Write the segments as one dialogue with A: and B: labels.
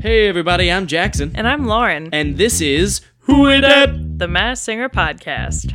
A: Hey everybody, I'm Jackson,
B: And I'm Lauren,
A: and this is Who It Up.
B: the Mass Singer Podcast.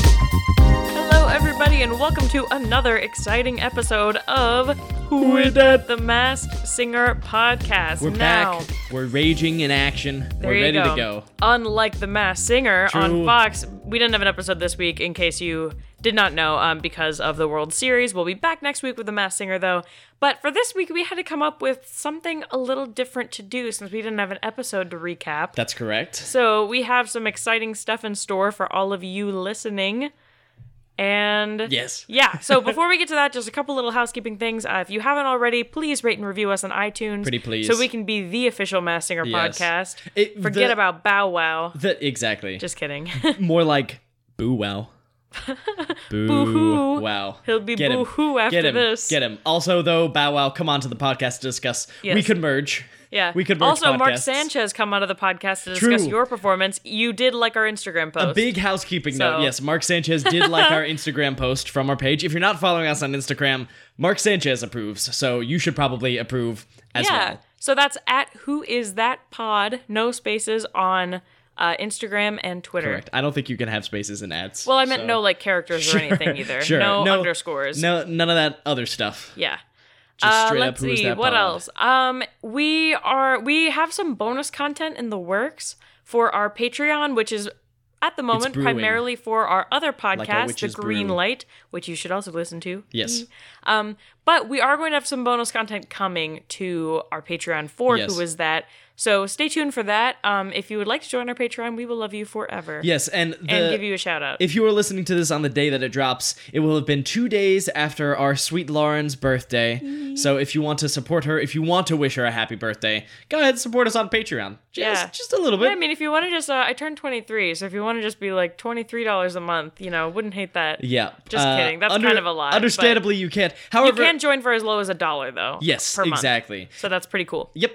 B: Hello, everybody, and welcome to another exciting episode of
A: Who It Up.
B: the Masked Singer Podcast.
A: We're
B: now,
A: back. We're raging in action.
B: there
A: We're
B: you
A: ready
B: go.
A: to go.
B: Unlike the Masked Singer
A: True.
B: on Fox, we didn't have an episode this week. In case you did not know, um, because of the World Series, we'll be back next week with the Masked Singer, though. But for this week, we had to come up with something a little different to do since we didn't have an episode to recap.
A: That's correct.
B: so we have some exciting stuff in store for all of you listening. And
A: Yes.
B: yeah. So before we get to that, just a couple little housekeeping things. Uh, if you haven't already, please rate and review us on iTunes.
A: Pretty please.
B: So we can be the official Mass Singer
A: Yes.
B: podcast.
A: It-
B: Forget
A: the-
B: about Bow Wow.
A: The- exactly.
B: Just kidding.
A: More like boo wow. boo
B: Boo-hoo.
A: wow.
B: He'll be
A: Get him.
B: boo-hoo after
A: Get him.
B: this.
A: Get him. Also, though, Bow Wow, come on to the podcast to discuss. We
B: Yes.
A: could merge.
B: Yeah.
A: We could merge
B: also Mark
A: podcasts.
B: Sanchez come out of the podcast to discuss
A: True.
B: your performance. You did like our Instagram post.
A: A big housekeeping note.
B: So-
A: Yes, Mark Sanchez did like our Instagram post from our page. If you're not following us on Instagram, Mark Sanchez approves, so you should probably approve as
B: yeah.
A: well.
B: So that's at Who Is That Pod? No spaces on uh, Instagram and Twitter.
A: Correct. I don't think you can have spaces and ads.
B: Well, I meant
A: so-
B: no like characters or anything either.
A: Sure.
B: No, underscores.
A: No, none of that other stuff.
B: Yeah.
A: Just
B: Uh,
A: straight
B: let's
A: up. Who is
B: see
A: that?
B: what
A: pod?
B: else. Um, we are we have some bonus content in the works for our Patreon, which is at the moment
A: brewing.
B: primarily for our other podcast, The
A: witch's
B: Green
A: brew.
B: Light, which you should also listen to.
A: Yes.
B: Um, but we are going to have some bonus content coming to our Patreon for
A: Yes.
B: Who Is That. So stay tuned for that. Um, if you would like to join our Patreon, we will love you forever.
A: Yes, and the,
B: And give you a shout out.
A: uh, If you are listening to this on the day that it drops, it will have been two days after our sweet Lauren's birthday.
B: Mm.
A: So if you want to support her, if you want to wish her a happy birthday, go ahead and support us on Patreon. Just,
B: Yeah.
A: just a little bit.
B: Yeah, I mean, if you want to just, uh, I turned 23, so if you want to just be like $23 a month, you know, wouldn't hate that.
A: Yeah. uh,
B: Just kidding. That's kind of a lot, but-
A: Understandably, you can't. However,
B: you can join for as low as a dollar, though.
A: yes,
B: per month.
A: exactly.
B: So that's pretty cool.
A: Yep,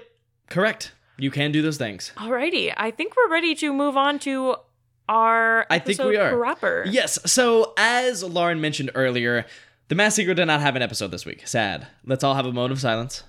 A: correct. You can do those things.
B: Alrighty, I think we're ready to move on to our.
A: I think
B: episode
A: we are.
B: Proper.
A: Yes. So as Lauren mentioned earlier, the Mass Singer did not have an episode this week. Sad. Let's all have a moment of silence.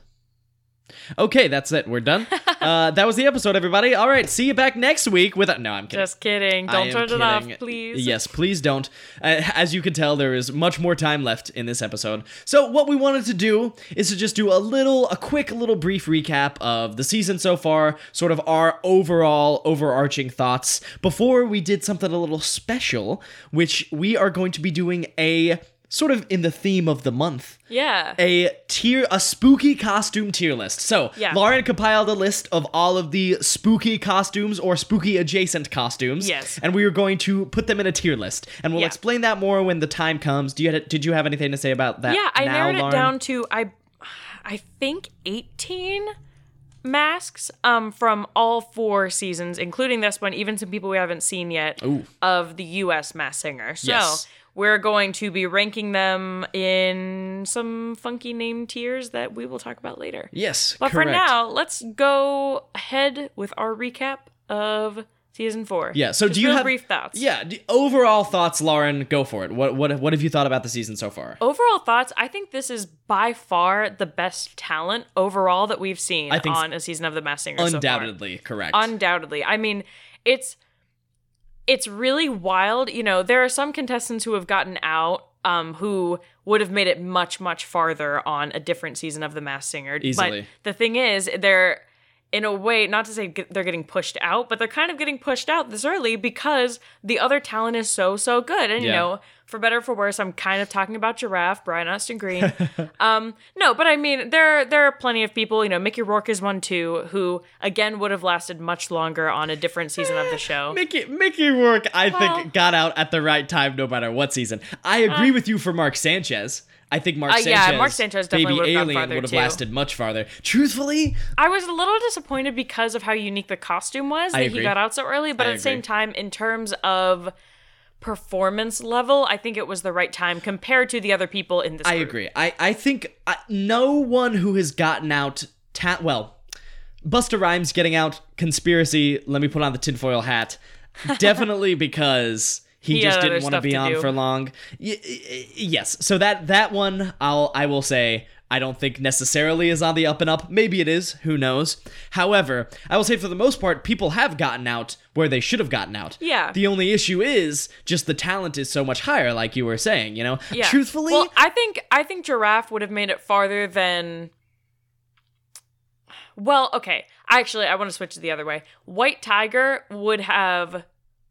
A: Okay, that's it. We're done. uh, that was the episode, everybody. All right, see you back next week with a. No, I'm kidding.
B: Just kidding.
A: I
B: Don't
A: am
B: turn it off,
A: kidding.
B: please.
A: Yes, please don't. Uh, as you can tell, there is much more time left in this episode. So, what we wanted to do is to just do a little, a quick little brief recap of the season so far, sort of our overall overarching thoughts before we did something a little special, which we are going to be doing a sort of in the theme of the month
B: Yeah.
A: a tier a spooky costume tier list. So
B: Yeah.
A: Lauren compiled a list of all of the spooky costumes or spooky adjacent costumes.
B: Yes.
A: And we are going to put them in a tier list. And we'll
B: Yeah.
A: explain that more when the time comes. Do you did you have anything to say about that?
B: yeah, I
A: now,
B: narrowed
A: Lauren?
B: it down to I, I think eighteen masks um from all four seasons, including this one, even some people we haven't seen yet of the U.S. Mass Singer. So
A: Yes.
B: we're going to be ranking them in some funky name tiers that we will talk about later.
A: Yes.
B: but
A: correct.
B: for now, let's go ahead with our recap of season four.
A: Yeah, so
B: Just
A: do you
B: real
A: have
B: brief thoughts?
A: Yeah, d- overall thoughts, Lauren, go for it. What what what have you thought about the season so far?
B: overall thoughts i think this is by far the best talent overall that we've seen
A: I think so.
B: on a season of the mass singer so far.
A: Undoubtedly correct.
B: undoubtedly i mean it's it's really wild you know there are some contestants who have gotten out um, who would have made it much much farther on a different season of the mass singer
A: Easily.
B: but the thing is they're in a way not to say get- they're getting pushed out but they're kind of getting pushed out this early because the other talent is so so good and you
A: Yeah.
B: know for better or for worse i'm kind of talking about giraffe brian austin green no, but I mean, there there are plenty of people. You know, Mickey Rourke is one too, who again would have lasted much longer on a different season of the show.
A: Mickey Mickey Rourke, I
B: Well-
A: think, got out at the right time, no matter what season. I agree with you for Mark Sanchez. I think Mark
B: Uh,
A: Sanchez,
B: yeah, Mark Sanchez
A: Baby
B: definitely would've gone
A: Alien
B: farther,
A: would have
B: too.
A: lasted much farther. Truthfully,
B: I was a little disappointed because of how unique the costume was that
A: agree.
B: he got out so early, but
A: I
B: at the same
A: agree.
B: time, in terms of performance level, I think it was the right time compared to the other people in this.
A: I
B: group.
A: agree. I I think I, no one who has gotten out ta- well, Busta Rhymes getting out conspiracy. Let me put on the tinfoil hat, definitely because. He,
B: He
A: just
B: had other
A: didn't want to
B: stuff
A: be
B: to
A: on
B: do.
A: for long. Y- y- yes. So that that one, I'll I will say. I don't think necessarily is on the up and up. Maybe it is. Who knows? However, I will say for the most part, people have gotten out where they should have gotten out.
B: Yeah.
A: The only issue is just the talent is so much higher, like you were saying. You know.
B: Yeah.
A: Truthfully,
B: well, I think I think Giraffe would have made it farther than. Well, okay. Actually, I want to switch it the other way. White Tiger would have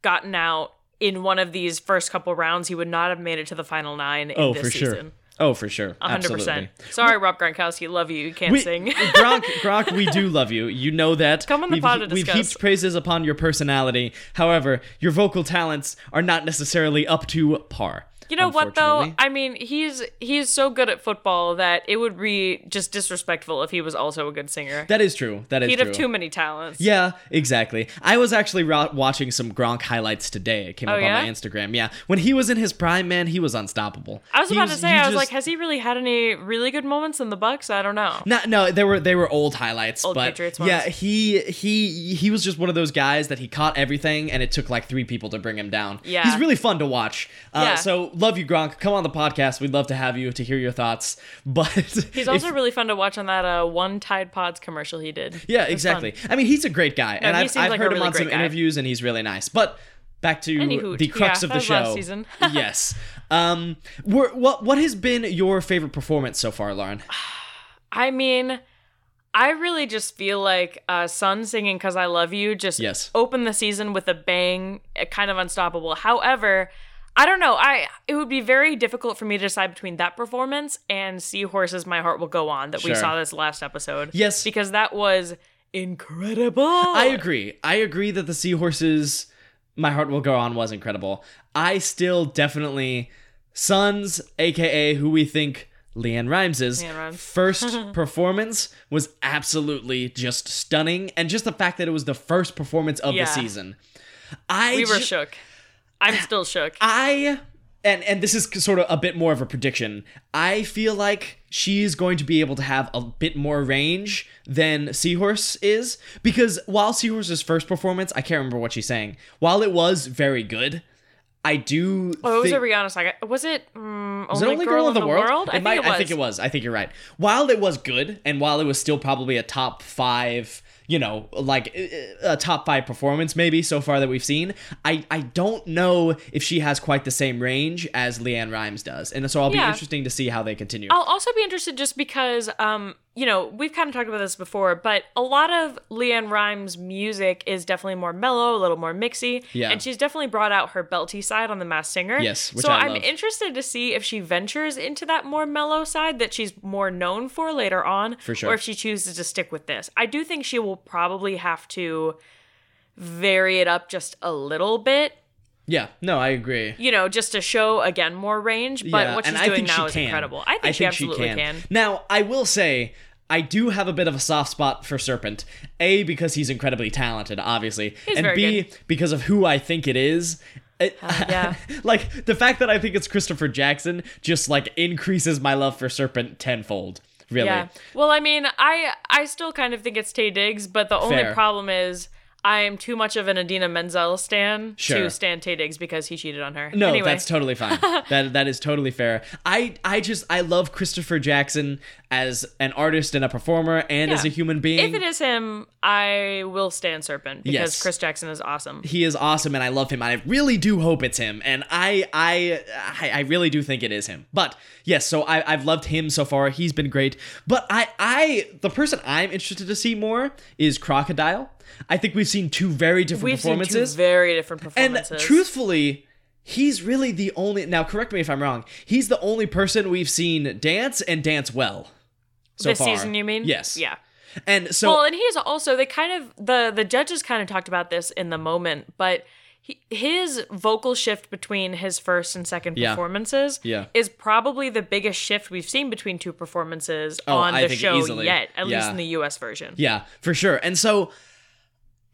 B: gotten out in one of these first couple rounds. He would not have made it to the final nine. In
A: oh
B: this
A: for sure.
B: season.
A: Oh for sure.
B: A hundred
A: Absolutely.
B: percent. Sorry, Rob Gronkowski. Love you. You can't
A: We-
B: sing.
A: Gronk, Gronk, we do love you. You know that.
B: Come on the
A: we've,
B: pod to
A: We've
B: discuss.
A: heaped praises upon your personality. However, your vocal talents are not necessarily up to par.
B: You know what though?
A: unfortunately.
B: I mean, he's he's so good at football that it would be just disrespectful if he was also a good singer.
A: That is true. That is
B: He'd
A: true.
B: have too many talents.
A: Yeah, exactly. I was actually ro- watching some Gronk highlights today. It came up
B: Oh, yeah?
A: on my Instagram. Yeah, when he was in his prime, man, he was unstoppable.
B: I was
A: He
B: about to say,
A: you
B: I was
A: just-
B: like, has he really had any really good moments in the Bucks? I don't know.
A: No, no, they were they were old highlights,
B: Old
A: but
B: Patriots ones.
A: yeah, he he he was just one of those guys that he caught everything, and it took like three people to bring him down.
B: Yeah.
A: he's really fun to watch. Uh,
B: Yeah.
A: So love you, Gronk. Come on the podcast. We'd love to have you to hear your thoughts. But
B: He's also really fun to watch on that uh, one Tide Pods commercial he did.
A: yeah,
B: It was fun.
A: exactly. I mean, he's a great guy, and
B: he
A: I've,
B: seems
A: I've
B: like a
A: heard him
B: really
A: on some
B: great guy.
A: interviews, and he's really nice. But back to
B: And he hoot.
A: the crux
B: Yeah,
A: of
B: that
A: the
B: was
A: show.
B: last season.
A: yes. Um. Were, what what has been your favorite performance so far, Lauren?
B: I mean, I really just feel like uh, Sun singing "Cause I Love You" just
A: Yes.
B: opened the season with a bang, uh, kind of unstoppable. However, I don't know. I it would be very difficult for me to decide between that performance and "Seahorses, My Heart Will Go On" that
A: Sure.
B: we saw this last episode.
A: Yes.
B: because that was incredible.
A: I
B: Oh.
A: agree. I agree that the seahorses, my heart will go on, was incredible. I still definitely Sons, aka who we think Leanne Rhymes is.
B: Leanne Rimes.
A: First performance was absolutely just stunning, and just the fact that it was the first performance of
B: Yeah.
A: the season. I
B: We were
A: ju-
B: shook. I'm still shook.
A: I and and this is sort of a bit more of a prediction. I feel like she's going to be able to have a bit more range than Seahorse is because while Seahorse's first performance, I can't remember what she's saying. While it was very good, I do.
B: Oh, it was
A: thi-
B: a Rihanna song. Was it mm,
A: is
B: only,
A: it only girl, in the, world?
B: I,
A: It
B: think
A: might-
B: it was.
A: I think it was. I think you're right. While it was good, and while it was still probably a top five, you know, like uh, a top five performance maybe so far that we've seen, I I don't know if she has quite the same range as Leanne Rhymes does, and so I'll be
B: Yeah.
A: interesting to see how they continue.
B: I'll also be interested just because, um, you know, we've kind of talked about this before, but a lot of Leanne Rhymes' music is definitely more mellow, a little more mixy.
A: Yeah.
B: And she's definitely brought out her belty side on The Masked Singer.
A: Yes, which
B: so
A: I
B: am
A: love.
B: interested to see if she ventures into that more mellow side that she's more known for later on.
A: For sure.
B: Or if she chooses to stick with this. I do think she will probably have to vary it up just a little bit.
A: yeah, no, I agree.
B: You know, just to show again more range, but
A: yeah,
B: what she's
A: and
B: doing
A: I think
B: now
A: she
B: is
A: can.
B: incredible. I think, she absolutely can.
A: Now, I will say. I do have a bit of a soft spot for Serpent. A because he's incredibly talented, obviously, and
B: very
A: B because of who I think it is. It-
B: yeah.
A: like the fact that I think it's Christopher Jackson just like increases my love for Serpent tenfold. Really.
B: Yeah. Well, I mean, I I still kind of think it's Tay Diggs, but the only
A: Fair.
B: problem is I am too much of an Adina Menzel stan
A: Sure.
B: to stand Tay Diggs because he cheated on her.
A: No,
B: anyway,
A: that's totally fine. that that is totally fair. I I just I love Christopher Jackson as an artist and a performer and as a
B: Yeah.
A: human being.
B: if it is him, I will stand Serpent because
A: Yes.
B: Chris Jackson is awesome.
A: he is awesome and I love him. I really do hope it's him. And I I I, I really do think it is him. But yes, so I, I've loved him so far. He's been great. But I I the person I'm interested to see more is Crocodile. I think we've seen two very different
B: We've seen two
A: performances.
B: very different
A: and
B: performances.
A: truthfully, he's really the only now correct me if I'm wrong, he's the only person we've seen dance and dance well. So
B: this
A: far.
B: season, you mean?
A: Yes.
B: Yeah.
A: And so
B: well, and he's also they kind of the the judges kind of talked about this in the moment, but he, his vocal shift between his first and second
A: Yeah.
B: performances
A: Yeah.
B: is probably the biggest shift we've seen between two performances
A: Oh,
B: on
A: I
B: the
A: think
B: show
A: easily.
B: yet, at
A: Yeah.
B: least in the US version.
A: Yeah, for sure. And so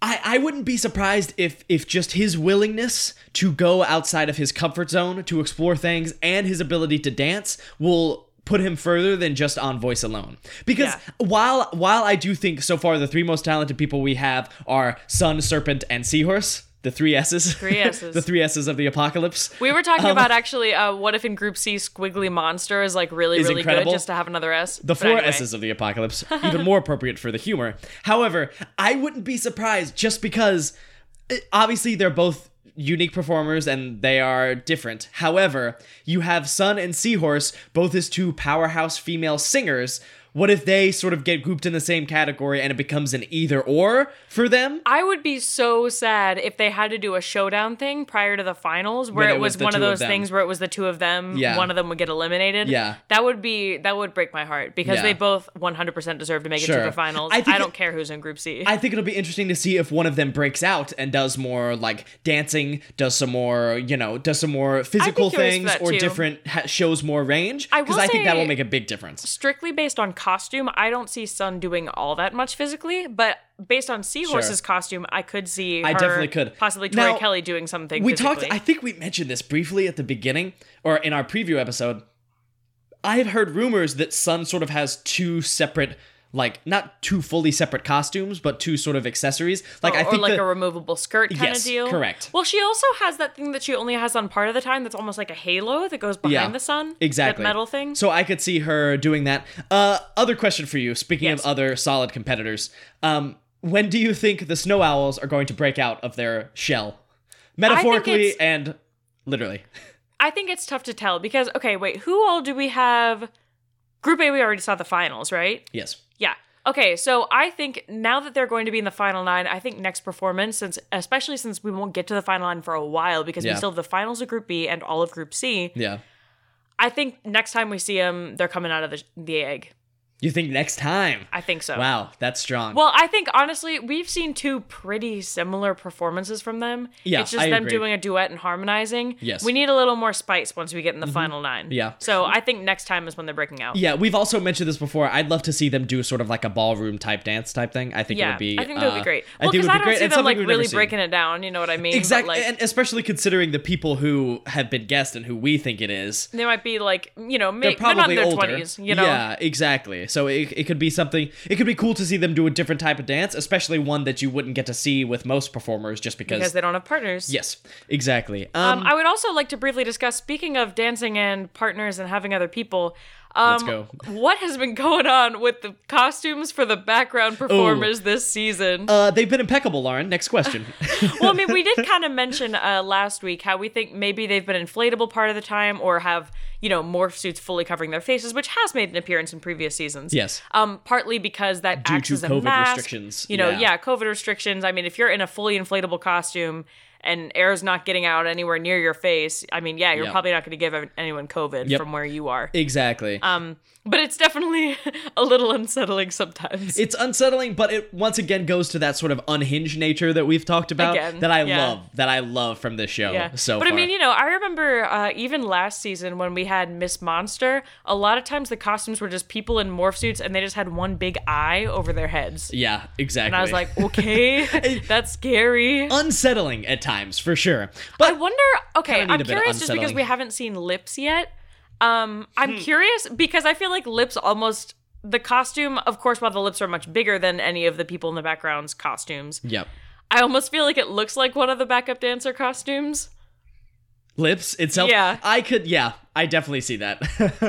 A: I I wouldn't be surprised if if just his willingness to go outside of his comfort zone to explore things and his ability to dance will put him further than just on voice alone. Because
B: Yeah.
A: while while I do think so far the three most talented people we have are Sun, Serpent, and Seahorse, the three S's.
B: Three S's.
A: the three S's of the apocalypse.
B: We were
A: Um,
B: talking about actually, uh, what if in Group C, Squiggly Monster is like really,
A: Is
B: really
A: incredible.
B: good just to have another S.
A: The four S's of the apocalypse, even more appropriate for the humor. However, I wouldn't be surprised just because eh, obviously they're both unique performers and they are different. However, you have Sun and Seahorse, both as two powerhouse female singers. What if they sort of get grouped in the same category and it becomes an either or for them?
B: I would be so sad if they had to do a showdown thing prior to the finals where
A: When
B: it,
A: it was
B: was,
A: the
B: one of
A: two of
B: those
A: them.
B: things where it was the two of them,
A: Yeah.
B: one of them would get eliminated.
A: Yeah.
B: That would be that would break my heart because
A: Yeah.
B: they both 100% deserve to make it
A: Sure.
B: to the finals.
A: I
B: I,
A: think
B: don't
A: it-
B: care who's in group C.
A: I think it'll be interesting to see if one of them breaks out and does more like dancing, does some more, you know, does some more physical
B: curious for
A: things
B: that,
A: or
B: too.
A: different ha- shows more range
B: I
A: because
B: will
A: I, think that
B: say-
A: will make a big difference.
B: Strictly based on costume, I don't see Sun doing all that much physically, but based on Seahorse's costume, I could see
A: I
B: her
A: definitely could.
B: possibly Tori
A: Now,
B: Kelly doing something.
A: We
B: physically.
A: talked I think we mentioned this briefly at the beginning or in our preview episode. I have heard rumors that Sun sort of has two separate like not two fully separate costumes, but two sort of accessories. Like
B: or,
A: I
B: Oh, or
A: think
B: like
A: the-
B: a removable skirt kind
A: Yes,
B: of deal.
A: correct.
B: Well, she also has that thing that she only has on part of the time. That's almost like a halo that goes behind
A: Yeah,
B: the sun.
A: Exactly.
B: That metal thing.
A: So I could see her doing that. Uh, other question for you. Speaking
B: Yes.
A: of other solid competitors, um, when do you think the snow owls are going to break out of their shell, metaphorically
B: it's-
A: and literally?
B: I think it's tough to tell because okay, wait, who all do we have? Group A, we already saw the finals, right?
A: Yes.
B: Yeah. Okay, so I think now that they're going to be in the final nine, I think next performance, since especially since we won't get to the final nine for a while because
A: Yeah.
B: we still have the finals of Group B and all of Group C.
A: Yeah.
B: I think next time we see them, they're coming out of the, the egg.
A: You think next time?
B: I think so.
A: Wow, that's strong.
B: Well, I think honestly, we've seen two pretty similar performances from them.
A: Yeah,
B: it's just
A: I
B: them
A: agree.
B: doing a duet and harmonizing.
A: Yes. Mm-hmm.
B: we need a little more spice once we get in the final nine.
A: Yeah.
B: So I think next time is when they're breaking out.
A: yeah, we've also mentioned this before. I'd love to see them do sort of like a ballroom type dance type thing. I think it
B: Yeah,
A: would be.
B: I think that would
A: uh,
B: be great.
A: I
B: Well,
A: think it
B: because
A: would
B: I,
A: be
B: don't
A: great.
B: see
A: It's
B: them
A: something
B: like
A: we've never
B: really
A: seen.
B: breaking it down. You know what I mean? But,
A: Exactly,
B: like,
A: and especially considering the people who have been guessed and who we think it is.
B: they might be like you know ma-
A: they're
B: they're, not in
A: probably
B: their
A: older.
B: twenties. You know.
A: Yeah, exactly. So it, it could be something. It could be cool to see them do a different type of dance, especially one that you wouldn't get to see with most performers, just because.
B: Because they don't have partners.
A: yes, exactly. Um,
B: Um, I would also like to briefly discuss. Speaking of dancing and partners and having other people, um,
A: Let's go.
B: what has been going on with the costumes for the background performers this season?
A: uh, they've been impeccable, Lauren. Next question.
B: well, I mean, we did kind of mention uh, last week how we think maybe they've been inflatable part of the time or have, you know, morph suits fully covering their faces, which has made an appearance in previous seasons.
A: Yes.
B: Um, partly because that
A: Due
B: acts
A: to
B: as a
A: COVID
B: mask.
A: restrictions,
B: You know,
A: yeah.
B: yeah. COVID restrictions. I mean, if you're in a fully inflatable costume and air's not getting out anywhere near your face, I mean, yeah, you're
A: Yep.
B: probably not going to give anyone COVID
A: Yep.
B: from where you are.
A: exactly.
B: um, but it's definitely a little unsettling sometimes.
A: it's unsettling, but it once again goes to that sort of unhinged nature that we've talked about
B: Again,
A: that I
B: yeah.
A: love, that I love from this show
B: Yeah.
A: so
B: but
A: far.
B: I mean, you know, I remember uh, even last season when we had Miss Monster, a lot of times the costumes were just people in morph suits and they just had one big eye over their heads.
A: yeah, Uh, exactly.
B: And I was like, okay, that's scary.
A: unsettling at times for sure. But
B: I wonder, okay,
A: need a
B: I'm
A: bit of
B: curious just because
A: unsettling. Hmm.
B: we haven't seen lips yet. Um, I'm curious because I feel like lips almost the costume, of course, while the lips are much bigger than any of the people in the background's costumes,
A: yep,
B: I almost feel like it looks like one of the backup dancer costumes.
A: lips itself.
B: Yeah.
A: I could. Yeah, I definitely see that.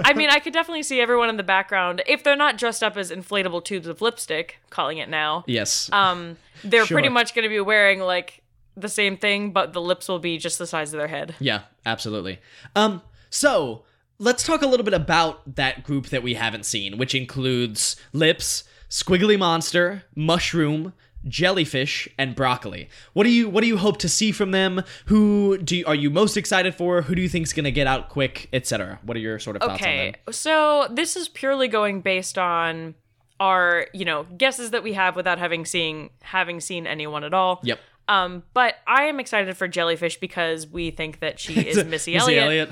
B: I mean, I could definitely see everyone in the background if they're not dressed up as inflatable tubes of lipstick, calling it now.
A: yes.
B: Um, they're
A: Sure.
B: pretty much going to be wearing like the same thing, but the lips will be just the size of their head.
A: Yeah, absolutely. Um, so let's talk a little bit about that group that we haven't seen, which includes lips, squiggly monster, mushroom, jellyfish, and broccoli. What do you what do you hope to see from them? Who do you, are you most excited for? Who do you think's gonna get out quick, etc.? What are your sort of thoughts on them?
B: Okay, so this is purely going based on our you know guesses that we have without having seeing having seen anyone at all.
A: Yep.
B: Um, but I am excited for Jellyfish because we think that she is Missy Elliott.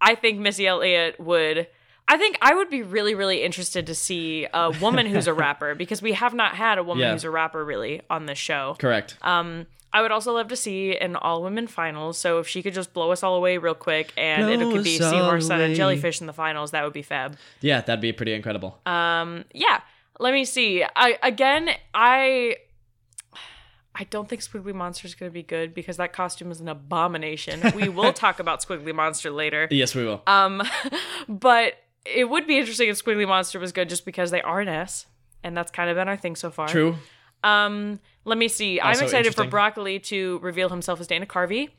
B: I think Missy Elliott would. I think I would be really, really interested to see a woman who's a rapper because we have not had a woman
A: Yeah.
B: who's a rapper really on this show.
A: Correct.
B: Um, I would also love to see an all women finals. So if she could just blow us all away real quick and
A: Blow
B: it could be
A: us all
B: Seahorse Sun
A: away.
B: and Jellyfish in the finals, that would be fab.
A: yeah, that'd be pretty incredible.
B: uh, Um, yeah. Let me see. I again, I I don't think Squiggly Monster is going to be good because that costume is an abomination. we will talk about Squiggly Monster later.
A: Yes, we will.
B: Um, but it would be interesting if Squiggly Monster was good just because they are an S, and that's kind of been our thing so far.
A: True.
B: Um, let me see.
A: Also
B: I'm excited for
A: interesting.
B: Broccoli to reveal himself as Dana Carvey.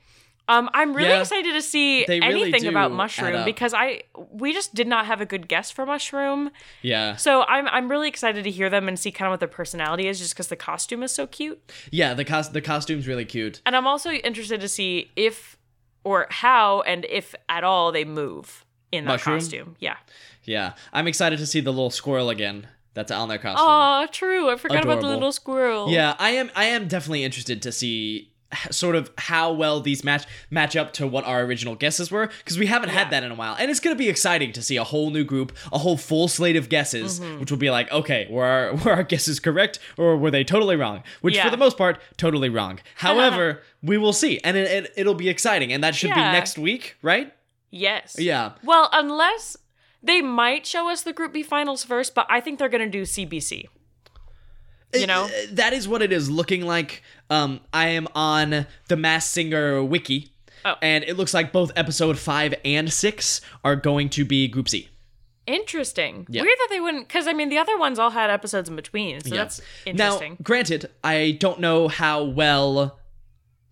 B: Um, I'm really
A: Yeah.
B: excited to see
A: They really
B: anything
A: do
B: about
A: add
B: Mushroom
A: up.
B: because I we just did not have a good guess for Mushroom.
A: Yeah.
B: So I'm I'm really excited to hear them and see kind of what their personality is just because the costume is so cute.
A: Yeah, the cos- the costume's really cute.
B: And I'm also interested to see if or how and if at all they move in that
A: Mushroom?
B: costume. Yeah.
A: Yeah. I'm excited to see the little squirrel again that's on their costume.
B: Oh, true. I forgot about the
A: Adorable.
B: little squirrel.
A: Yeah, I am I am definitely interested to see h- sort of how well these match match up to what our original guesses were because we haven't had that in a while and it's going to be exciting to see a whole new group a whole full slate of guesses
B: Mm-hmm.
A: which will be like okay were our, were our guesses correct or were they totally wrong which
B: Yeah.
A: for the most part totally wrong however we will see and it, it, it'll be exciting and that should
B: Yeah.
A: be next week right
B: Yes.
A: yeah
B: Well, unless they might show us the Group B finals first, but I think they're going to do CBC. You
A: It- uh,
B: know?
A: that is what it is looking like um i am on the mass singer wiki
B: Oh.
A: and it looks like both episode 5 and 6 are going to be group c
B: Interesting.
A: Yeah.
B: Weird that they wouldn't, because I mean, the other ones all had episodes in between, so
A: Yeah.
B: that's
A: now
B: interesting.
A: granted i don't know how well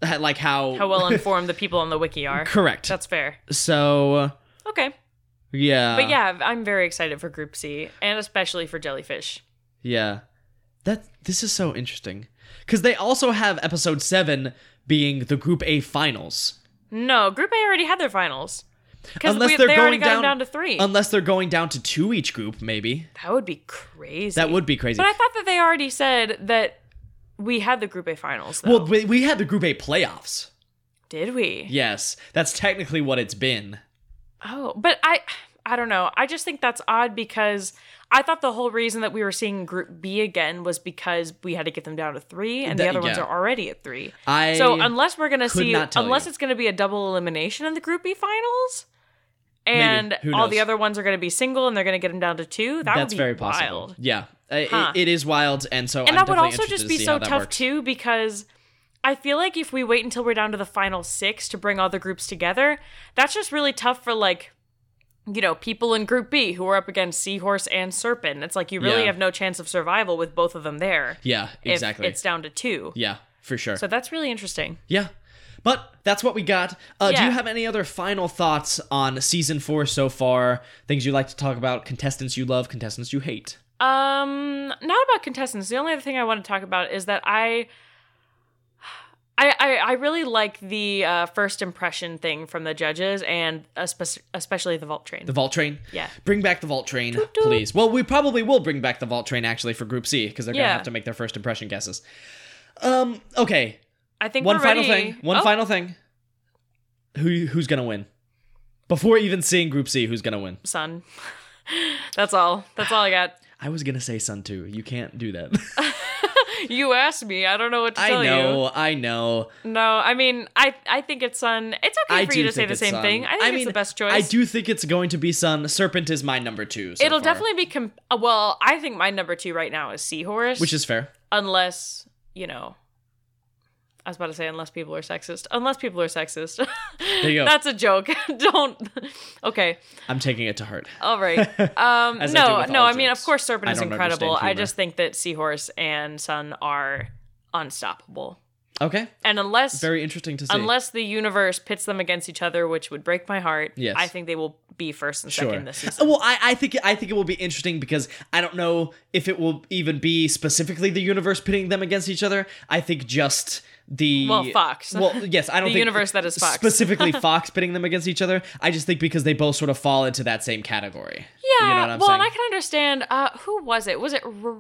A: ha- like how
B: How well informed the people on the wiki are.
A: correct
B: That's fair.
A: so
B: Okay.
A: yeah
B: But yeah, I'm very excited for Group C and especially for Jellyfish.
A: yeah that this is so interesting because they also have episode 7 being the group a finals
B: No, Group A already had their finals. Because
A: Unless
B: they
A: they're
B: already
A: going
B: got
A: down-
B: down to three.
A: unless they're going down to two each group maybe
B: that would be crazy.
A: that would be crazy
B: But I thought that they already said that we had the Group A finals. Though.
A: Well, we, we had the Group A playoffs.
B: did we?
A: Yes, that's technically what it's been.
B: Oh, but I I don't know. I just think that's odd because I thought the whole reason that we were seeing group B again was because we had to get them down to 3 and the
A: That-
B: other ones
A: yeah.
B: are already at 3.
A: I
B: so unless we're going to
A: could
B: see
A: not tell
B: unless
A: you.
B: it's going to be a double elimination in the group B finals and
A: Who
B: all
A: knows?
B: the other ones are going to be single and they're going to get them down to 2, that would
A: that's
B: be
A: very possible.
B: wild.
A: Yeah, I- it-
B: Huh.
A: it is wild, and so
B: And
A: I'm
B: that would
A: definitely
B: also
A: interested
B: just
A: to
B: be
A: see
B: so
A: how that
B: tough
A: works.
B: too because I feel like if we wait until we're down to the final six to bring all the groups together, that's just really tough for like, you know, people in Group B who are up against Seahorse and Serpent. It's like you really
A: Yeah.
B: have no chance of survival with both of them there.
A: Yeah,
B: if
A: exactly.
B: it's down to two.
A: Yeah, for sure.
B: So that's really interesting.
A: yeah, but that's what we got. Uh, Do
B: Yeah.
A: you have any other final thoughts on season four so far? Things you like to talk about? Contestants you love, contestants you hate.
B: Um, not about contestants. The only other thing I want to talk about is that I. I, I, I really like the uh, first impression thing from the judges and espe- especially the vault train.
A: The Vault Train.
B: Yeah.
A: Bring back the Vault Train,
B: toot.
A: please. Well, we probably will bring back the Vault Train actually for Group C because they're gonna
B: Yeah.
A: have to make their first impression guesses. Um. Okay.
B: I think
A: One
B: we're
A: final
B: ready.
A: thing. One
B: Oh,
A: final thing. Who who's gonna win? Before even seeing Group C, who's gonna win?
B: son. That's all. That's all I got.
A: I was gonna say Sun Two. You can't do that.
B: You asked me. I don't know what to
A: I
B: tell
A: know. I know.
B: you. No, I mean, I I think it's Sun. It's okay
A: I
B: for
A: do
B: you to say
A: think
B: the
A: it's
B: same
A: Sun.
B: thing. I think it's
A: mean,
B: the best choice.
A: I do think it's going to be Sun. Serpent is my number two. so
B: It'll
A: far,
B: definitely be. Com- uh, well, I think my number two right now is Seahorse,
A: which is fair.
B: unless you know. I was about to say unless people are sexist. Unless people are sexist.
A: There you go.
B: That's a joke. don't. Okay.
A: I'm taking it to heart.
B: All right. Um,
A: As I do
B: no,
A: with
B: no.
A: all
B: I mean, of
A: jokes.
B: course, Serpent
A: I
B: is
A: don't
B: incredible.
A: understand
B: I
A: humor.
B: just think that Seahorse and Sun are unstoppable.
A: Okay.
B: And unless
A: Very interesting to see.
B: unless the universe pits them against each other, which would break my heart,
A: Yes.
B: I think they will be first and
A: Sure. Uh,
B: second this season.
A: Well, I, I think I think it will be interesting because I don't know if it will even be specifically the universe pitting them against each other. I think just the
B: Well, Fox.
A: Well, yes, I don't
B: The
A: think
B: universe that is Fox.
A: specifically Fox pitting them against each other. I just think because they both sort of fall into that same category.
B: yeah.
A: you know what I'm
B: well,
A: saying.
B: and I can understand. Uh, who was it? Was it R-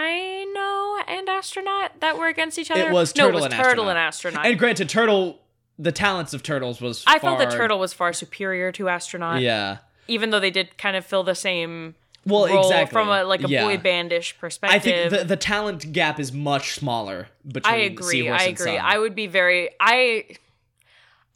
B: Rhino and astronaut that were against each other?
A: it was
B: no,
A: turtle
B: it was
A: and
B: turtle
A: astronaut.
B: and astronaut.
A: And granted, turtle, the talents of turtles was.
B: I felt that
A: far-
B: turtle was far superior to astronaut,
A: Yeah.
B: even though they did kind of fill the same
A: Well,
B: role
A: exactly.
B: from a like a
A: Yeah.
B: boy bandish perspective.
A: I think the, the talent gap is much smaller between.
B: I agree.
A: Seahorse
B: I
A: and
B: agree.
A: Sun.
B: I would be very I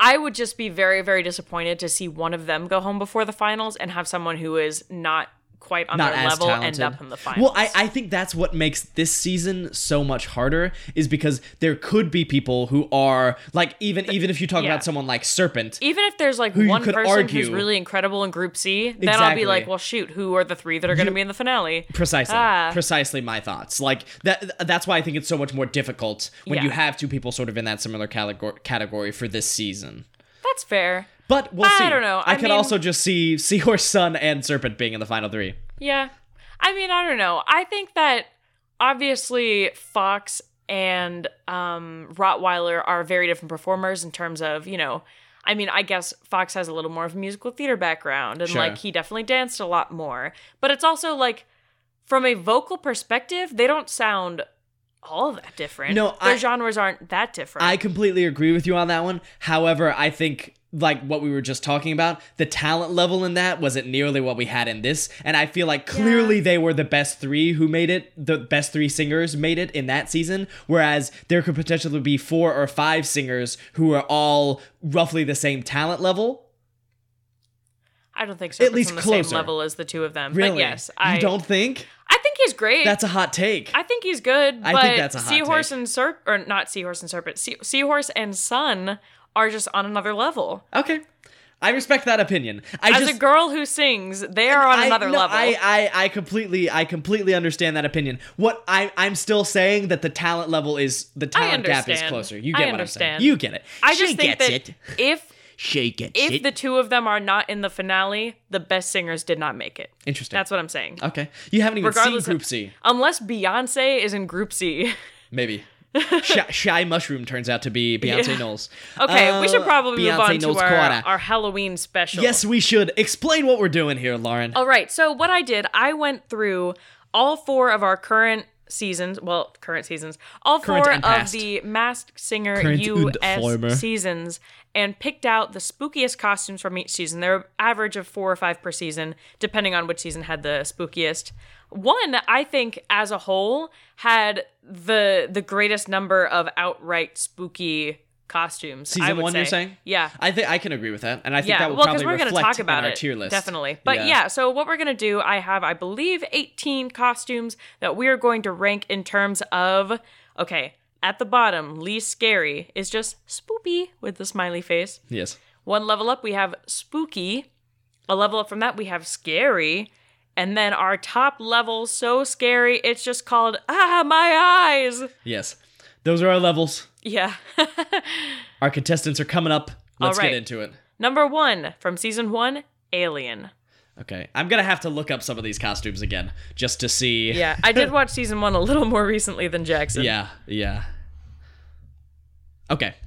B: I would just be very very disappointed to see one of them go home before the finals and have someone who is not quite on
A: not
B: their
A: as
B: level
A: talented.
B: end up in the finals.
A: Well, I, I think that's what makes this season so much harder is because there could be people who are like even even if you talk
B: yeah. E
A: about someone like Serpent,
B: even if there's like
A: you
B: one
A: could
B: person who's
A: argue-
B: really incredible in Group C, then I'll
A: Exactly.
B: be like, well, shoot, who are the three that are going to
A: You-
B: be in the finale?
A: precisely
B: Ah.
A: precisely my thoughts. Like that that's why I think it's so much more difficult when
B: Yeah.
A: you have two people sort of in that similar categor- category for this season.
B: That's fair.
A: But we'll
B: I
A: see.
B: don't know.
A: I,
B: I
A: could
B: mean-
A: also just see Seahorse Sun and Serpent being in the final three.
B: Yeah. I mean, I don't know. I think that obviously Fox and um, Rottweiler are very different performers in terms of, you know, I mean, I guess Fox has a little more of a musical theater background and
A: Sure.
B: like he definitely danced a lot more. But it's also like from a vocal perspective, they don't sound all that different.
A: No,
B: their
A: I-
B: genres aren't that different.
A: I completely agree with you on that one. However, I think like what we were just talking about, the talent level in that wasn't nearly what we had in this, and I feel like clearly they were the best 3 who made it, the best 3 singers made it in that season, whereas there could potentially be 4 or 5 singers who are all roughly the same talent level.
B: I don't think so.
A: At
B: At
A: least
B: on the
A: closer.
B: same level as the two of them.
A: Really?
B: But yes, I
A: you don't think?
B: I think he's great.
A: That's a hot take.
B: I think he's good,
A: I
B: but
A: think that's a hot
B: Seahorse
A: take.
B: and Serp or not Seahorse and Serpent, Se- Seahorse and Sun are just on another level.
A: okay. I respect that opinion. I
B: As
A: just
B: a girl who sings, they are on
A: I-
B: another
A: no,
B: level.
A: I, I, I completely I completely understand that opinion. What I I'm still saying that the talent level is the talent gap is
B: understand.
A: closer. You
B: I
A: get what I'm saying.
B: understand.
A: You get it.
B: I
A: she
B: just think
A: gets
B: that
A: it.
B: if
A: She gets
B: if
A: it.
B: the two of them are not in the finale, the best singers did not make it.
A: Interesting.
B: That's what I'm saying.
A: okay. You haven't even seen
B: Regardless of-
A: Group C.
B: Unless Beyonce is in Group C.
A: Maybe. Shy, Shy Mushroom turns out to be Beyonce
B: Yeah.
A: Knowles.
B: Okay, we should
A: Uh,
B: probably move
A: Beyonce
B: on to
A: Knowles
B: our,
A: Quara.
B: our Halloween special.
A: Yes, we should. Explain what we're doing here, Lauren.
B: All right. So what I did, I went through all four of our current seasons. Well, current seasons. All
A: Current
B: four
A: and
B: of
A: past.
B: the Masked Singer
A: Current and former.
B: US seasons, and picked out the spookiest costumes from each season. They're an average of four or five per season, depending on which season had the spookiest. One, I think, as a whole, had the the greatest number of outright spooky costumes. I
A: Season
B: would
A: one, you're
B: say.
A: saying?
B: Yeah
A: I think I can agree with that, and I think
B: yeah,
A: that will
B: well, because
A: probably
B: we're going to
A: reflect
B: talk
A: in
B: about
A: our
B: it,
A: tier list.
B: definitely. But yeah. so what we're going to do, I have, I believe, eighteen costumes that we are going to rank in terms of. Okay, at the bottom, least scary is just spoopy with the smiley face.
A: yes,
B: One level up, we have spooky. A level up from that, we have scary. And then our top level, so scary, it's just called Ah, my eyes.
A: yes, those are our levels.
B: Yeah.
A: Our contestants are coming up. Let's
B: All right.
A: get into it.
B: Number one from season one, Alien.
A: Okay. I'm going to have to look up some of these costumes again just to see.
B: Yeah, I did watch season one a little more recently than Jackson.
A: Yeah. Yeah. Okay.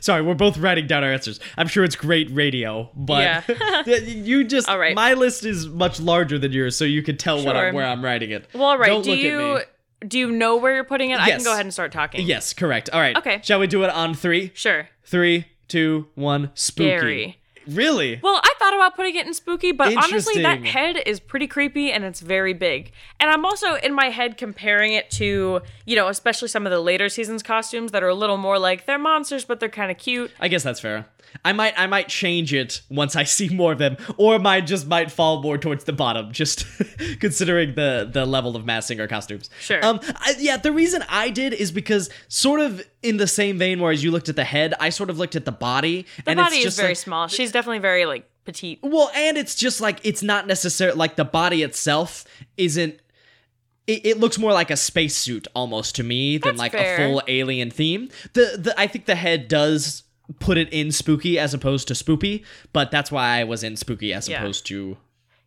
A: Sorry, we're both writing down our answers. I'm sure it's great radio, but you just
B: All right.
A: my list is much larger than yours, so you can tell what
B: Sure.
A: I'm, where I'm writing it.
B: Well, all right.
A: Don't
B: do
A: look at
B: you
A: me.
B: do you know where you're putting it? I can
A: Yes.
B: go ahead and start talking.
A: Yes, correct. All right.
B: Okay.
A: Shall we do it on three?
B: Sure.
A: Three, two, one. Spooky.
B: Scary.
A: Really?
B: Well, I thought about putting it in spooky, but honestly, that
A: Interesting.
B: head is pretty creepy and it's very big. And I'm also in my head comparing it to, you know, especially some of the later seasons costumes that are a little more like they're monsters, but they're kind of cute.
A: I guess that's fair. I might I might change it once I see more of them, or mine just might fall more towards the bottom, just considering the the level of mass singer costumes.
B: Sure.
A: Um. I, yeah. The reason I did is because sort of in the same vein where as you looked at the head, I sort of looked at the body,
B: The
A: and it's
B: body is
A: just
B: very
A: like-
B: small. She's definitely very like petite.
A: well, and it's just like it's not necessarily like the body itself isn't. It, it looks more like a spacesuit almost to me than
B: That's
A: like
B: fair.
A: a full alien theme. The the I think the head does put it in spooky as opposed to spoopy, but that's why I was in spooky as
B: Yeah.
A: opposed to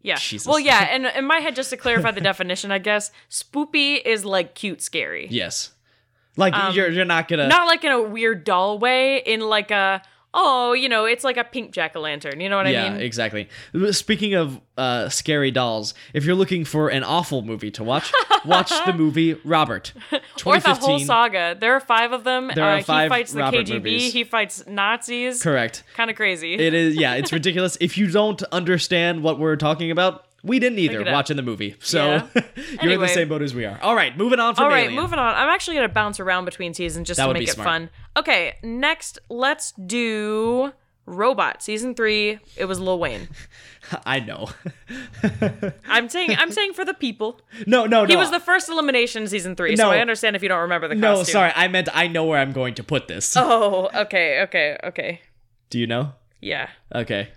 B: Yeah.
A: Jesus.
B: Well, yeah. And in my head, just to clarify the definition, I guess spoopy is like cute, scary.
A: yes. Like
B: Um,
A: you're you're not gonna
B: not like in a weird doll way in like a oh you know it's like a pink jack-o'-lantern you know what i
A: yeah,
B: mean
A: exactly. Speaking of uh, scary dolls, if you're looking for an awful movie to watch, watch the movie Robert.
B: or the
A: 2015.
B: whole saga there are five of them Uh,
A: There are
B: he
A: five
B: fights the
A: Robert
B: kgb
A: movies.
B: he fights nazis
A: Correct.
B: kind of crazy
A: It is, yeah, it's ridiculous. if you don't understand what we're talking about, We didn't either
B: it up.
A: watching the movie. So
B: Yeah.
A: you're in the
B: Anyway.
A: same boat as we are. All right, moving on from
B: All right,
A: Alien.
B: moving on. I'm actually gonna bounce around between seasons just
A: That
B: to
A: would be
B: make it
A: smart.
B: fun. Okay, next let's do Robot season three. It was Lil Wayne.
A: I know.
B: I'm saying I'm saying for the people.
A: No, no, no.
B: He was the first elimination in season three, so
A: No.
B: I understand if you don't remember the
A: No,
B: costume.
A: sorry. I meant I know where I'm going to put this.
B: Oh, okay, okay, okay.
A: Do you know?
B: Yeah,
A: Okay.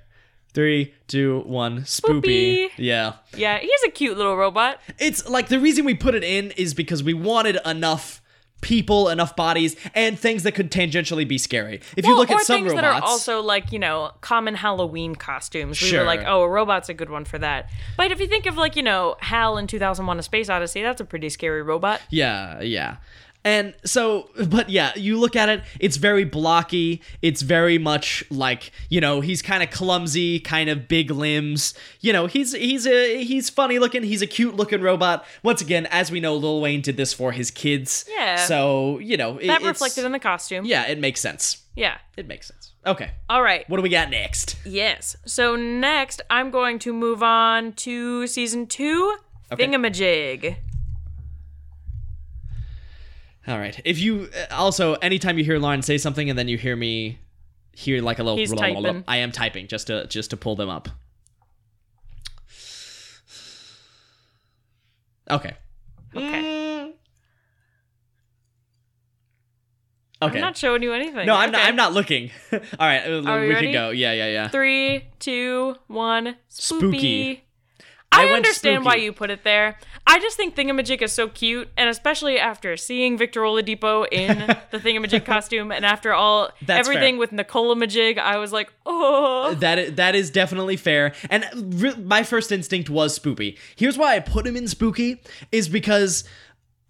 A: Three, two, one. Spoopy.
B: Spoopy.
A: Yeah.
B: yeah. He's a cute little robot.
A: It's like the reason we put it in is because we wanted enough people, enough bodies, and things that could tangentially be scary. If you
B: Well,
A: look
B: Oh, or
A: at some
B: things
A: robots,
B: that are also like you know common Halloween costumes. We
A: Sure.
B: were like, oh, a robot's a good one for that. But if you think of like you know Hal in 2001: A Space Odyssey, that's a pretty scary robot.
A: Yeah, yeah. And so, but yeah, you look at it, it's very blocky. It's very much like, you know, he's kind of clumsy, kind of big limbs. You know, he's he's a he's funny looking, he's a cute looking robot. Once again, as we know, Lil Wayne did this for his kids.
B: Yeah.
A: So, you know, it,
B: That
A: it's-
B: reflected in the costume.
A: Yeah, it makes sense.
B: Yeah.
A: It makes sense. Okay.
B: All right.
A: What do we got next?
B: Yes. So next, I'm going to move on to season two,
A: Okay.
B: Thingamajig.
A: All right. If you uh, also anytime you hear Lauren say something and then you hear me hear like a little
B: He's typing.
A: I am typing just to just to pull them up. Okay.
B: Okay.
A: Okay.
B: I'm not showing you anything.
A: no, I'm not
B: Okay.
A: I'm not looking. All right, uh,
B: Are we
A: we
B: ready?
A: can go. Yeah, yeah, yeah.
B: Three, two, one. Spooky.
A: Spooky. I
B: I,
A: went
B: understand why
A: spooky.
B: you put it there. I just think Thingamajig is so cute, and especially after seeing Victor Oladipo in the Thingamajig costume, and after all
A: That's
B: everything
A: fair.
B: with Nicola Majig, I was like, oh.
A: That i- that is definitely fair. And re- my first instinct was Spoopy. Here's why I put him in Spooky is because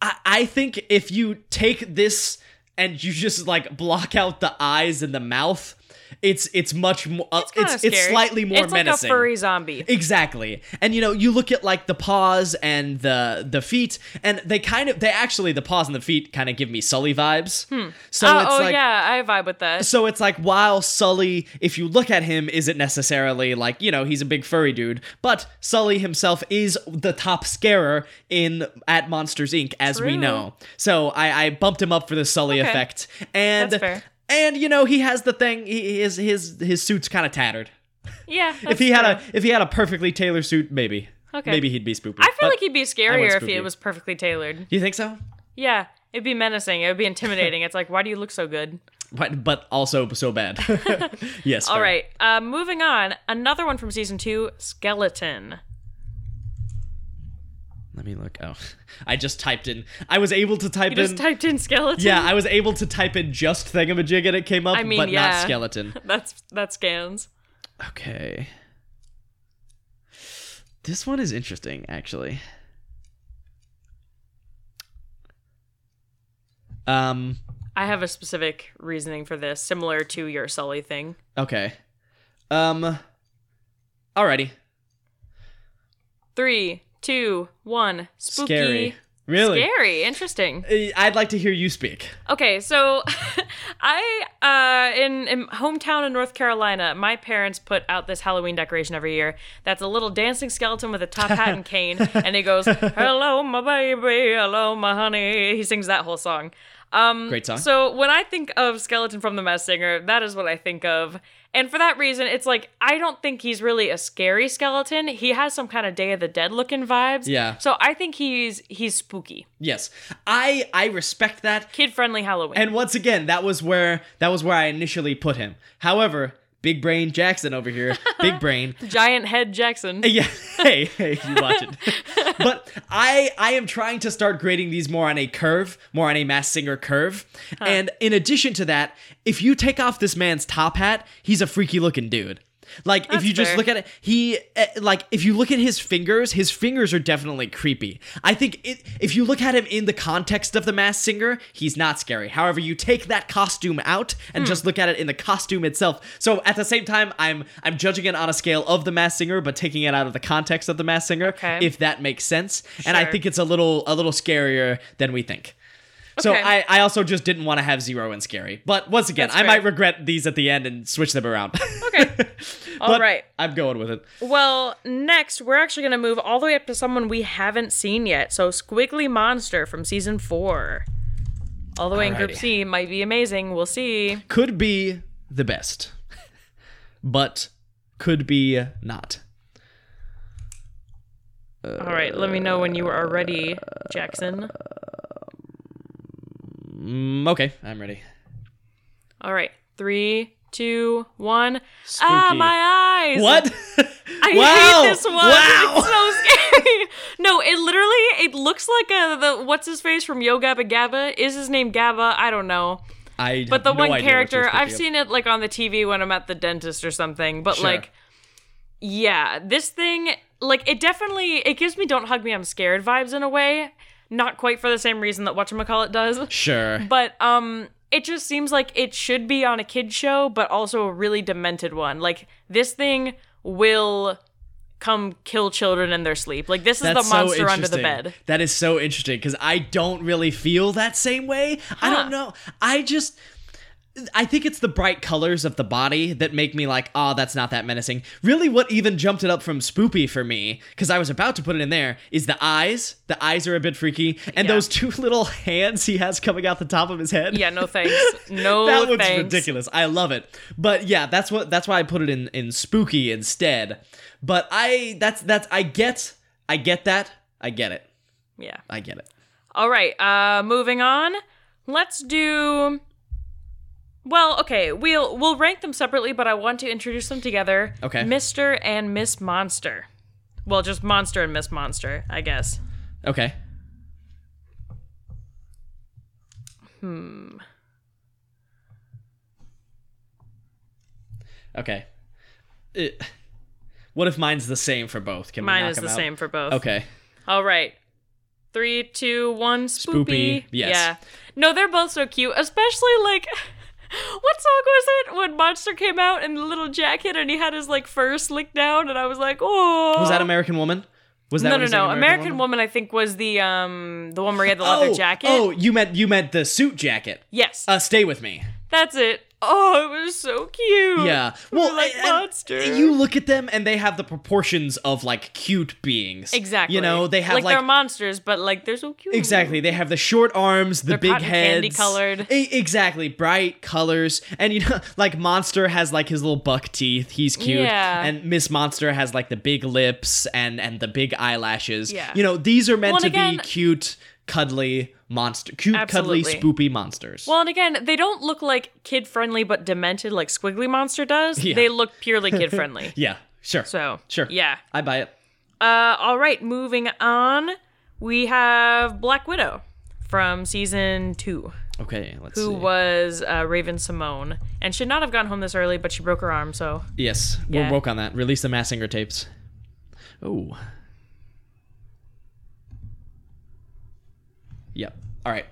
A: I I think if you take this and you just like block out the eyes and the mouth, it's it's much more uh,
B: kinda
A: it's it's
B: scary.
A: slightly more
B: It's
A: menacing.
B: like a furry zombie.
A: Exactly. And you know, you look at like the paws and the the feet, and they kind of they actually the paws and the feet kind of give me Sully vibes. So
B: Uh,
A: it's
B: oh
A: like
B: yeah, I vibe with that.
A: so it's like while Sully, if you look at him, isn't necessarily like, you know, he's a big furry dude, but Sully himself is the top scarer in at Monsters Inc. as we
B: True.
A: know. So I, I bumped him up for the Sully
B: Okay.
A: effect. And
B: That's fair.
A: and you know, he has the thing he, his his his suit's kinda tattered.
B: Yeah.
A: If he had a if he had a perfectly tailored suit, maybe.
B: Okay.
A: Maybe he'd be spoopy.
B: I feel like he'd be scarier if
A: spooky.
B: he was perfectly tailored.
A: You think so?
B: Yeah, it'd be menacing. It would be intimidating. it's like, why do you look so good?
A: But but also so bad. yes.
B: All
A: fair.
B: right. Uh, moving on. Another one from season two, skeleton.
A: Let me look. Oh. I just typed in I was able to type
B: You
A: in
B: just typed in skeleton.
A: Yeah, I was able to type in just thingamajig and it came up,
B: I mean,
A: but not
B: yeah.
A: skeleton.
B: That's that scans.
A: Okay. This one is interesting, actually. Um,
B: I have a specific reasoning for this, similar to your Sully thing.
A: okay. Um, alrighty.
B: Three, two, one. Spooky.
A: Scary. Really?
B: Scary. Interesting.
A: Uh, I'd like to hear you speak.
B: Okay, so I uh, in, in hometown in North Carolina, my parents put out this Halloween decoration every year. That's a little dancing skeleton with a top hat and cane, and he goes, "Hello, my baby, hello, my honey." He sings that whole song. Um,
A: Great song.
B: So when I think of skeleton from the Masked Singer, that is what I think of, and for that reason, it's like I don't think he's really a scary skeleton. He has some kind of Day of the Dead looking vibes.
A: Yeah.
B: So I think he's he's spooky,
A: Yes, I I respect that.
B: kid friendly Halloween.
A: And once again, that was where that was where I initially put him. However, Big Brain Jackson over here, Big Brain,
B: Giant head Jackson.
A: Yeah. Hey, hey, you watch it. but I I am trying to start grading these more on a curve, more on a mass singer curve. And in addition to that, if you take off this man's top hat, he's a freaky looking dude. Like if
B: That's
A: you just
B: fair.
A: look at it, he eh, like if you look at his fingers, his fingers are definitely creepy. I think it, if you look at him in the context of the mass singer, he's not scary. However, you take that costume out and
B: Hmm.
A: just look at it in the costume itself. So at the same time, I'm I'm judging it on a scale of the mass singer, but taking it out of the context of the mass singer,
B: Okay.
A: if that makes sense. And I
B: Sure.
A: think it's a little a little scarier than we think. So
B: Okay.
A: I, I also just didn't want to have zero and scary. But once again,
B: That's
A: I
B: fair.
A: might regret these at the end and switch them around.
B: Okay. All
A: But
B: right.
A: I'm going with it.
B: Well, next, we're actually going to move all the way up to someone we haven't seen yet. So, Squiggly Monster from season four. All the way in
A: Alrighty.
B: Group C might be amazing. We'll see.
A: Could be the best, but could be not.
B: All right, let me know when you are ready, Jackson.
A: Mm, okay, I'm ready.
B: All right, three, two, one. Ah,
A: Spooky.
B: my eyes!
A: What?
B: I
A: wow.
B: hate this one.
A: Wow.
B: It's so scary. no, it literally it looks like a the what's his face from Yo Gabba Gabba. Is his name Gabba? I don't know.
A: I
B: But the
A: have no idea
B: one
A: what you're
B: character I've
A: speaking
B: seen it like on the TV when I'm at the dentist or something. But
A: Sure.
B: like, yeah, this thing like it definitely it gives me "Don't hug me, I'm scared" vibes in a way. Not quite for the same reason that Whatchamacallit does.
A: of. Sure.
B: But um it just seems like it should be on a kid's show, but also a really demented one. Like this thing will come kill children in their sleep. Like this is the monster under the
A: interesting.
B: bed.
A: That is so interesting because I don't really feel that same way. I
B: Huh.
A: don't know. I just. I think it's the bright colors of the body that make me like, ah, that's not that menacing. Really, what even jumped it up from spoopy for me, because I was about to put it in there, is the eyes. The eyes are a bit freaky, and
B: Yeah.
A: those two little hands he has coming out the top of his head.
B: Yeah, no thanks. No
A: that one's
B: Oh, thanks.
A: ridiculous. I love it. But yeah, that's what that's why I put it in in spooky instead. But I that's that's I get I get that. I get it.
B: Yeah.
A: I get it.
B: All right. Uh moving on. Let's do Well, okay. We'll we'll rank them separately, but I want to introduce them together.
A: Okay.
B: Mr. and Miss Monster. Well, just Monster and Miss Monster, I guess.
A: Okay. Hmm. Okay. It, what if mine's the same for both? Can we
B: Mine
A: knock
B: is
A: 'em
B: the
A: out?
B: same for both.
A: Okay.
B: All right. Three, two, one,
A: Spoopy,
B: spoopy.
A: yes.
B: Yeah. No, they're both so cute, especially like what song was it when Monster came out in the little jacket and he had his like fur slicked down and I was like, oh
A: Was that American Woman? Was that
B: No
A: what
B: no
A: he sang,
B: no. American, Woman? I think was the um the one where he had the leather
A: Oh,
B: jacket.
A: Oh, you meant you meant the suit jacket.
B: yes.
A: Uh, stay with me.
B: that's it. Oh, it was so cute.
A: Yeah.
B: We were
A: Well,
B: like
A: and-
B: monster.
A: you look at them and they have the proportions of like cute beings.
B: Exactly.
A: You know, they have like,
B: they're monsters, but like they're so cute.
A: exactly. They have the short arms, the
B: They're
A: big
B: cotton
A: heads,
B: candy colored.
A: E- exactly, bright colors, and you know, like Monster has like his little buck teeth. He's cute.
B: Yeah.
A: And Miss Monster has like the big lips and and the big eyelashes.
B: Yeah.
A: You know, these are meant
B: Well,
A: to
B: and again-
A: be cute, cuddly monster, cute,
B: Absolutely.
A: cuddly, spoopy monsters.
B: Well, and again, they don't look like kid friendly but demented like Squiggly Monster does.
A: Yeah.
B: They look purely kid friendly.
A: yeah. Sure.
B: So,
A: Sure.
B: Yeah.
A: I buy it.
B: Uh, all right, moving on. We have Black Widow from season two,
A: Okay. Let's
B: who
A: see.
B: was uh, Raven Simone. And should not have gone home this early, but she broke her arm, so.
A: Yes,
B: Yeah.
A: we're woke on that. Release the Massinger tapes. Oh. Yep. All right.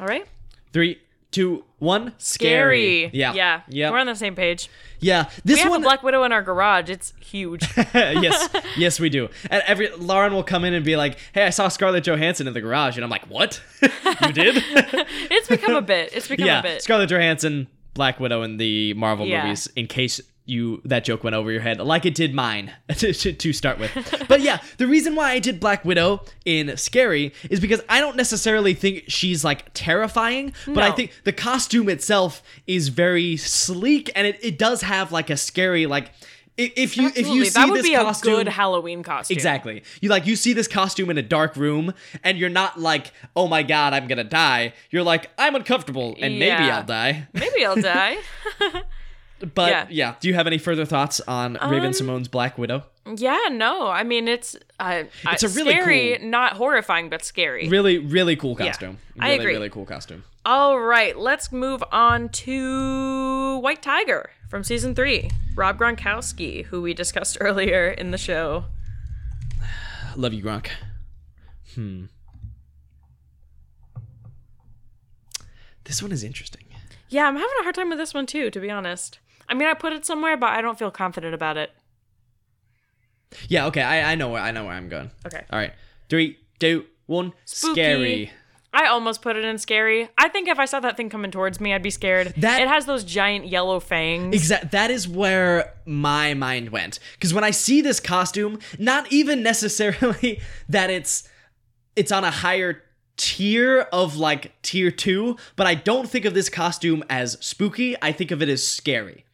B: All right.
A: Three, two, one. Scary.
B: Gary.
A: Yeah.
B: Yeah.
A: Yeah.
B: We're on the same page.
A: yeah. This
B: We have
A: one.
B: a Black Widow in our garage. It's huge.
A: yes. Yes, we do. And every Lauren will come in and be like, "Hey, I saw Scarlett Johansson in the garage," and I'm like, "What? you did?"
B: it's become a bit. It's become
A: yeah.
B: a bit.
A: Scarlett Johansson, Black Widow in the Marvel
B: Yeah.
A: movies. In case you that joke went over your head, like it did mine to, to, to start with. but yeah, the reason why I did Black Widow in Scary is because I don't necessarily think she's like terrifying, but I
B: No.
A: think the costume itself is very sleek and it, it does have like a scary like. i- If you if you
B: Absolutely.
A: see
B: that would
A: this
B: be
A: costume,
B: a good Halloween costume.
A: Exactly. You like you see this costume in a dark room and you're not like, "Oh my god, I'm going to die." You're like, "I'm uncomfortable and maybe
B: Yeah.
A: I'll die."
B: Maybe I'll die.
A: But
B: Yeah. Um,
A: yeah. do you have any further thoughts on Raven Simone's Black Widow?
B: Yeah, no. I mean, it's uh,
A: It's
B: uh,
A: a really
B: scary,
A: cool-
B: not horrifying, but scary.
A: Really really cool costume.
B: I
A: really
B: agree.
A: really cool costume.
B: All right, let's move on to White Tiger from season three. Rob Gronkowski, who we discussed earlier in the show.
A: Love you, Gronk. Hmm. This one is interesting.
B: Yeah, I'm having a hard time with this one too, to be honest. I mean, I put it somewhere, but I don't feel confident about it.
A: Yeah, okay. I I know where I know where I'm going.
B: Okay.
A: All right. 3 2 1
B: Spooky.
A: Scary.
B: I almost put it in scary. I think if I saw that thing coming towards me, I'd be scared.
A: That-
B: it has those giant yellow fangs.
A: Exact. That is where my mind went because when I see this costume, not even necessarily that it's it's on a higher tier of like tier two, but I don't think of this costume as spooky. I think of it as scary.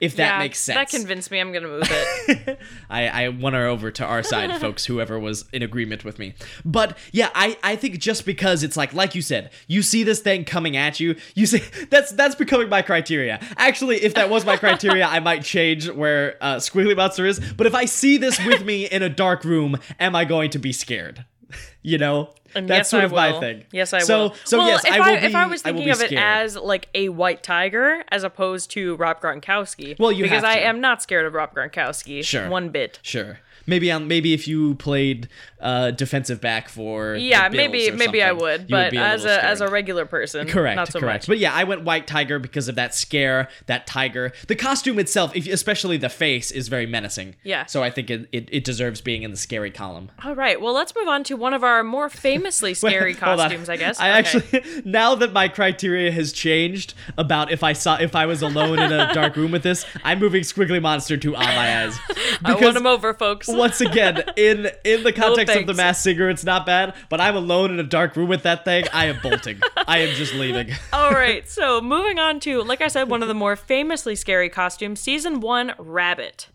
A: If that
B: Yeah,
A: makes sense.
B: That convinced me I'm going to move it.
A: I, I won her over to our side, folks, whoever was in agreement with me. But yeah, I, I think just because it's like, like you said, you see this thing coming at you, you say, that's that's becoming my criteria. Actually, if that was my criteria, I might change where uh, Squiggly Monster is. But if I see this with me in a dark room, am I going to be scared? You know?
B: And
A: that's
B: yes,
A: sort
B: I
A: of my
B: will.
A: thing.
B: Yes, I
A: so,
B: will.
A: So
B: well,
A: yes,
B: if
A: I will be,
B: if I was
A: I will
B: thinking
A: be
B: of it
A: scared.
B: as like a white tiger as opposed to Rob Gronkowski.
A: Well, you have
B: because I
A: to.
B: am not scared of Rob Gronkowski.
A: Sure.
B: one bit.
A: Sure. Maybe um, maybe if you played uh, defensive back for the
B: Yeah,
A: Bills
B: maybe
A: or
B: maybe I
A: something,
B: would,
A: you
B: but
A: be
B: as
A: little
B: a as a
A: scared.
B: regular person,
A: correct
B: not so
A: correct.
B: much.
A: But yeah, I went white tiger because of that scare, that tiger. The costume itself, if, especially the face, is very menacing.
B: Yeah.
A: So I think it, it, it deserves being in the scary column.
B: All right, well, let's move on to one of our more famously scary
A: Hold on.
B: costumes, I guess.
A: I
B: Okay.
A: actually now that my criteria has changed about if I saw if I was alone in a dark room with this, I'm moving Squiggly Monster to on my eyes.
B: I
A: Because-
B: want him over, folks.
A: once again, in in the context of the
B: thanks.
A: mass singer, it's not bad, but I'm alone in a dark room with that thing. I am bolting. I am just leaving.
B: All right, so moving on to, like I said, one of the more famously scary costumes, season one, Rabbit.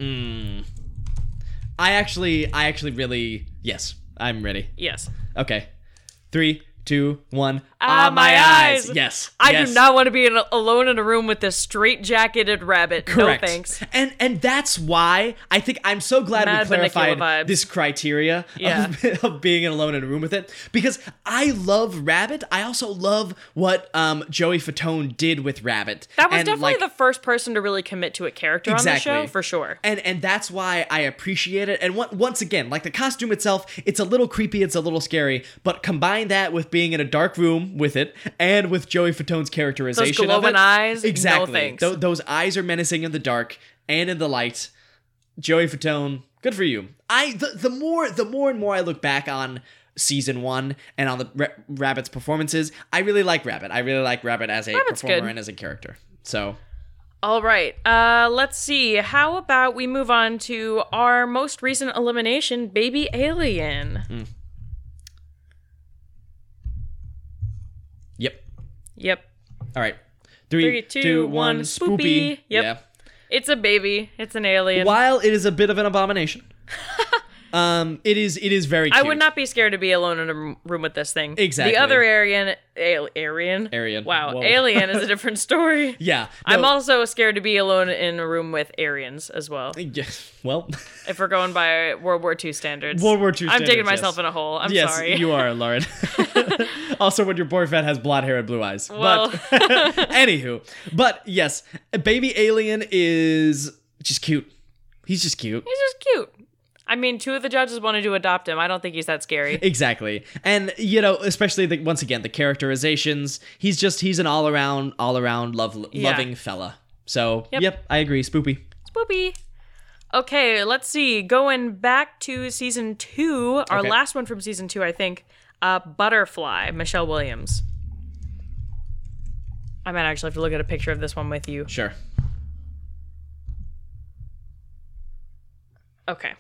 A: I actually I actually really yes, I'm ready.
B: Yes.
A: Okay. Three, two, one.
B: Ah,
A: Ah,
B: my eyes.
A: Yes.
B: I
A: yes.
B: do not want to be in a, alone in a room with this straight jacketed rabbit.
A: Correct.
B: No thanks.
A: And and that's why I think I'm so glad we
B: Mad Benicula
A: clarified
B: vibes.
A: this criteria
B: Yeah.
A: of, of being alone in a room with it because I love Rabbit. I also love what um, Joey Fatone did with Rabbit.
B: That was
A: And,
B: definitely
A: like,
B: the first person to really commit to a character on
A: Exactly.
B: the show, for sure.
A: and and that's why I appreciate it. And on- once again, like the costume itself, it's a little creepy, it's a little scary, but combine that with being in a dark room with it, and with Joey Fatone's characterization of
B: glowing
A: it-
B: eyes? No
A: exactly.
B: thanks.
A: Tho- those eyes are menacing in the dark and in the light. Joey Fatone, good for you. I the, the more the more and more I look back on season one and on the Ra- Rabbit's performances, I really like Rabbit. I really like Rabbit as a
B: Rabbit's
A: performer
B: good.
A: and as a character. So
B: All right, uh, let's see. How about we move on to our most recent elimination, Baby Alien?
A: yep.
B: Yep.
A: All right. three, two, one,
B: Three, two, one, spoopy. Yep. It's a baby, it's an alien.
A: While it is a bit of an abomination, um, it is it is very. Cute.
B: I would not be scared to be alone in a r- room with this thing.
A: Exactly.
B: The other Aryan, al- Aryan,
A: Aryan.
B: Wow,
A: Whoa.
B: alien is a different story.
A: Yeah.
B: I'm
A: no-
B: also scared to be alone in a room with Aryans as well.
A: Yeah, well,
B: If we're going by World War II standards,
A: World War II
B: I'm digging
A: standards,
B: myself
A: yes.
B: in a hole. I'm
A: yes,
B: sorry.
A: you are, Lauren. also, when your boyfriend has blonde hair and blue eyes.
B: Well.
A: But anywho, but yes, baby alien is just cute. He's just cute.
B: He's just cute. I mean, two of the judges wanted to adopt him. I don't think he's that scary.
A: Exactly. And you know, especially the, once again the characterizations, he's just he's an all-around all-around love loving fella. So, yep. I agree, spoopy.
B: Spoopy. Okay, let's see. Going back to season two, our
A: Okay.
B: last one from season two, I think. Uh, Butterfly, Michelle Williams. I might actually have to look at a picture of this one with you.
A: Sure.
B: Okay.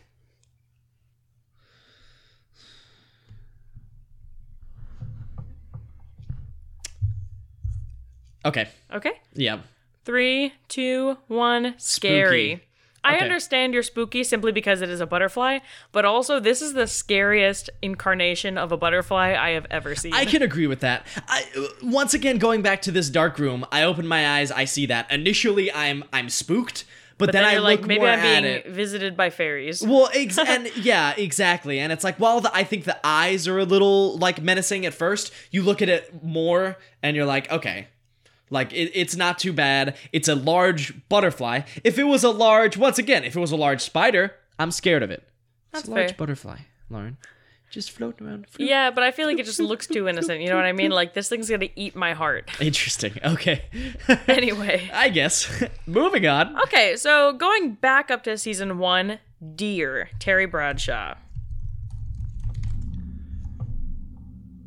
A: Okay.
B: Okay.
A: Yeah.
B: Three, two, one, scary.
A: Spooky.
B: I
A: Okay.
B: understand you're spooky simply because it is a butterfly, but also this is the scariest incarnation of a butterfly I have ever seen.
A: I can agree with that. I, once again, going back to this dark room, I open my eyes. I see that initially, I'm I'm spooked, but,
B: then
A: then, I
B: you're
A: look
B: like, maybe
A: more
B: I'm
A: at
B: being
A: it.
B: visited by fairies.
A: Well, ex- and yeah, exactly. And it's like, while the, I think the eyes are a little like menacing at first, you look at it more and you're like, okay, like it, it's not too bad. It's a large butterfly. If it was a large, once again, if it was a large spider, I'm scared of it.
B: That's
A: it's a large
B: fair.
A: butterfly, Lauren. Just floating around.
B: Yeah, but I feel like it just looks too innocent. You know what I mean? Like this thing's gonna eat my heart.
A: Interesting. Okay.
B: Anyway.
A: I guess. Moving on.
B: Okay, so going back up to season one, Dear Terry Bradshaw.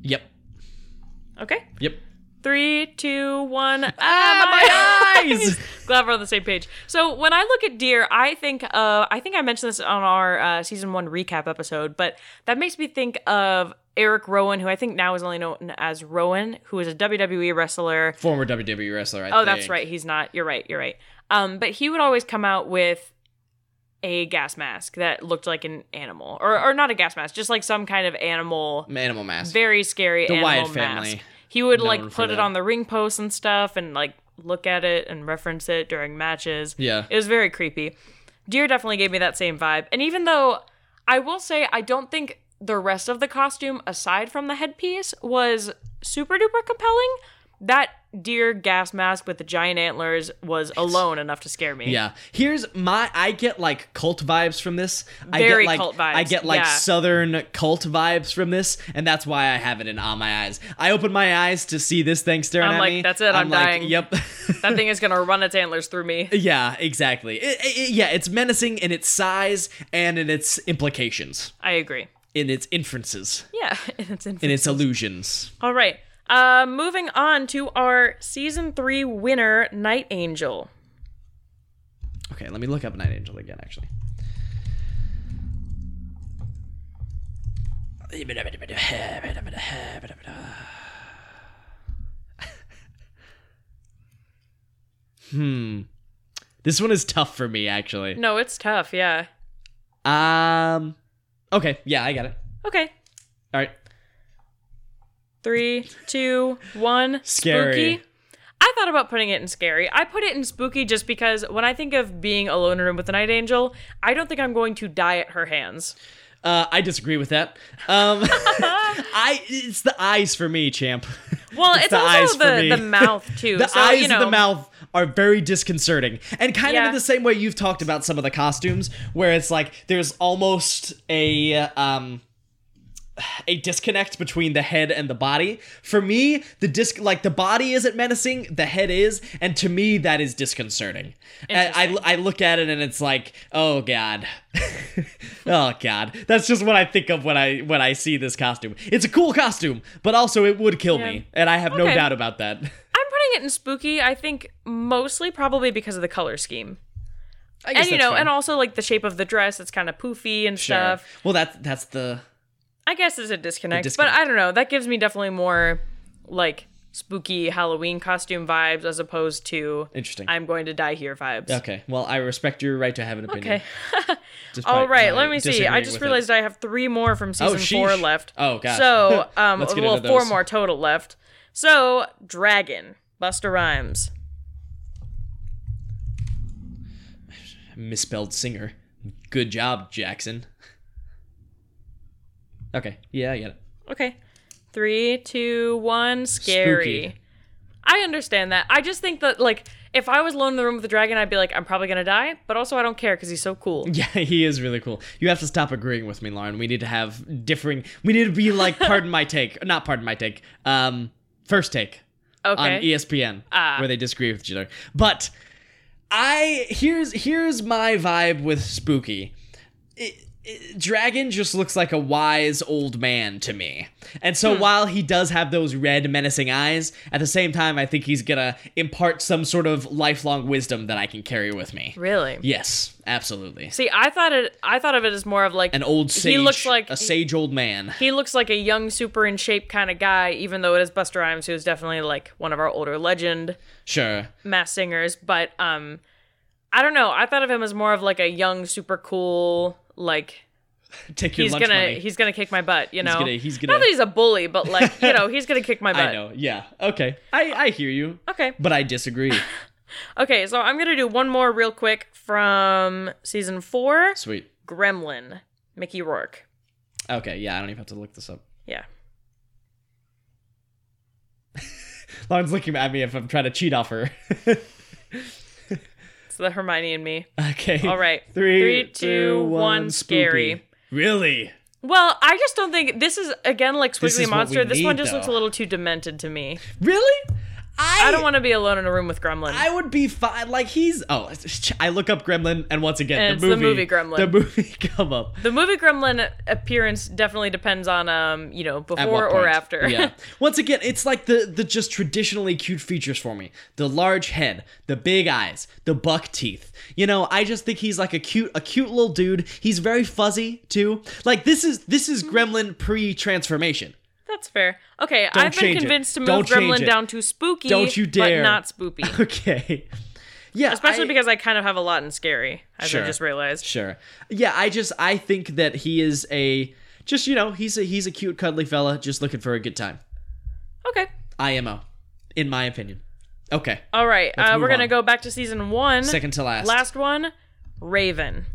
A: Yep.
B: Okay.
A: Yep.
B: Three, two, one. Ah,
A: my eyes!
B: Glad we're on the same page. So when I look at deer, I think uh, I think I mentioned this on our uh, season one recap episode, but that makes me think of Eric Rowan, who I think now is only known as Rowan, who is a WWE wrestler.
A: Former WWE wrestler. I
B: Oh, that's
A: think.
B: right. He's not. You're right. You're right. Um, but he would always come out with a gas mask that looked like an animal, or or not a gas mask, just like some kind of animal
A: Animal Mask.
B: very scary
A: The
B: animal
A: Wyatt family.
B: mask. He would
A: Known
B: like
A: for
B: put it
A: that.
B: on the ring posts and stuff, and like look at it and reference it during matches.
A: Yeah.
B: it was very creepy. Deer definitely gave me that same vibe, and even though I will say I don't think the rest of the costume, aside from the headpiece, was super duper compelling. That deer gas mask with the giant antlers was alone enough to scare me.
A: Yeah. Here's my I get like cult vibes from this. I
B: Very
A: get like
B: cult
A: I
B: vibes,
A: get like
B: yeah.
A: southern cult vibes from this, and that's why I have it in on my eyes. I open my eyes to see this thing staring
B: I'm
A: at
B: like,
A: me.
B: "That's it, I'm
A: like,
B: dying."
A: Yep.
B: that thing is gonna run its antlers through me.
A: yeah, exactly. It- it- it- yeah, it's menacing in its size and in its implications,
B: I agree.
A: in its inferences,
B: Yeah, it's in
A: in its illusions.
B: All right. Uh, moving on to our season three winner, Night Angel.
A: Okay, let me look up Night Angel again. Actually. Hmm. This one is tough for me, actually.
B: No, it's tough. Yeah.
A: Um. Okay. Yeah, I got it.
B: Okay.
A: All right.
B: Three, two, one.
A: Scary.
B: Spooky. I thought about putting it in scary. I put it in spooky just because when I think of being alone in a room with the Night Angel, I don't think I'm going to die at her hands.
A: Uh, I disagree with that. Um, I it's the eyes for me, champ.
B: Well, it's,
A: the eyes
B: also
A: for
B: the,
A: me.
B: the mouth too.
A: the
B: so,
A: eyes
B: you know,
A: and the mouth are very disconcerting and kind of
B: Yeah.
A: in the same way you've talked about some of the costumes where it's like there's almost a um a disconnect between the head and the body for me the disc like the body isn't menacing the head is and to me that is disconcerting and I, I look at it and it's like oh god oh god that's just what i think of when i when i see this costume it's a cool costume but also it would kill me and i have no
B: Okay.
A: doubt about that
B: I'm putting it in spooky. I think mostly probably because of the color scheme,
A: I guess
B: and you
A: that's
B: know,
A: fine.
B: and also like the shape of the dress. It's kind of poofy and
A: Sure.
B: stuff.
A: Well, that's that's the
B: I guess it's a disconnect,
A: A disconnect.
B: but I don't know. That gives me definitely more like spooky Halloween costume vibes as opposed to
A: interesting.
B: I'm going to die here vibes.
A: okay. Well, I respect your right to have an opinion.
B: Okay. All right, let me see. I just
A: realized.
B: realized I have three more from
A: Oh,
B: season four
A: sheesh.
B: left.
A: Oh, gosh.
B: So, um,
A: Let's get
B: well,
A: into
B: four
A: those.
B: more total left. So, Dragon, Buster Rhymes.
A: misspelled singer. Good job, Jackson. Okay. Yeah, I get it.
B: Okay. Three, two, one, scary.
A: Spooky.
B: I understand that. I just think that, like, if I was alone in the room with the dragon, I'd be like, I'm probably going to die, but also I don't care because he's so cool.
A: Yeah, he is really cool. You have to stop agreeing with me, Lauren. We need to have differing. We need to be like, pardon my take, not pardon my take. Um, first take.
B: Okay.
A: on E ESPN
B: Ah.
A: where they disagree with each other. But I here's here's my vibe with spooky. It- it- Dragon just looks like a wise old man to me. And
B: Hmm.
A: so while he does have those red menacing eyes, at the same time I think he's going to impart some sort of lifelong wisdom that I can carry with me.
B: Really?
A: Yes, absolutely.
B: See, I thought it. I thought of it as more of like
A: An old sage
B: He looks like
A: a sage old man.
B: he looks like a young, super in shape kind of guy. Even though it is Buster Rhymes, who is definitely like one of our older legend
A: Sure.
B: mass singers. But um, I don't know. I thought of him as more of like a young, super cool. Like
A: Take your
B: he's
A: lunch
B: gonna
A: money.
B: he's gonna kick my butt. You know,
A: gonna- he's
B: not
A: gonna-
B: that he's a bully, but like you know, he's gonna kick my butt.
A: I know. Yeah. Okay. I I hear you,
B: Okay,
A: but I disagree.
B: okay. So I'm gonna do one more real quick from season four,
A: Sweet.
B: Gremlin, Mickey Rourke.
A: Okay, yeah, I don't even have to look this up.
B: Yeah.
A: Lauren's looking at me if I'm trying to cheat off her.
B: It's the Hermione and me.
A: okay.
B: All right.
A: Three,
B: Three, two, one. Scary.
A: Really?
B: Well, I just don't think this is again like
A: This
B: Squiggly
A: is what we
B: Monster. This one
A: need,
B: just looks a
A: though.
B: little too demented to me.
A: Really? I,
B: I don't want to be alone in a room with Gremlin.
A: I would be fine. Like he's. Oh, I look up Gremlin, and once again,
B: And
A: the,
B: it's
A: movie,
B: the movie Gremlin.
A: The movie come up.
B: the movie Gremlin appearance definitely depends on um, you know,
A: At what
B: before or
A: point.
B: after.
A: yeah. Once again, it's like the the just traditionally cute features for me: the large head, the big eyes, the buck teeth. You know, I just think he's like a cute a cute little dude. He's very fuzzy too. Like this is this
B: Hmm.
A: is Gremlin pre transformation.
B: That's fair. Okay, I've been
A: change it.
B: convinced to move
A: Don't change
B: Gremlin
A: it.
B: down to spooky,
A: Don't you dare.
B: but not spoopy.
A: Okay. Yeah.
B: Especially
A: I-
B: because I kind of have a lot in scary, as
A: Sure.
B: I just realized.
A: Sure. Yeah, I just I think that he is a just you know he's a he's a cute cuddly fella just looking for a good time.
B: Okay.
A: IMO, in my opinion. Okay,
B: All right. Uh,
A: move
B: we're gonna
A: on.
B: go back to season one.
A: second to last.
B: Last one, Raven.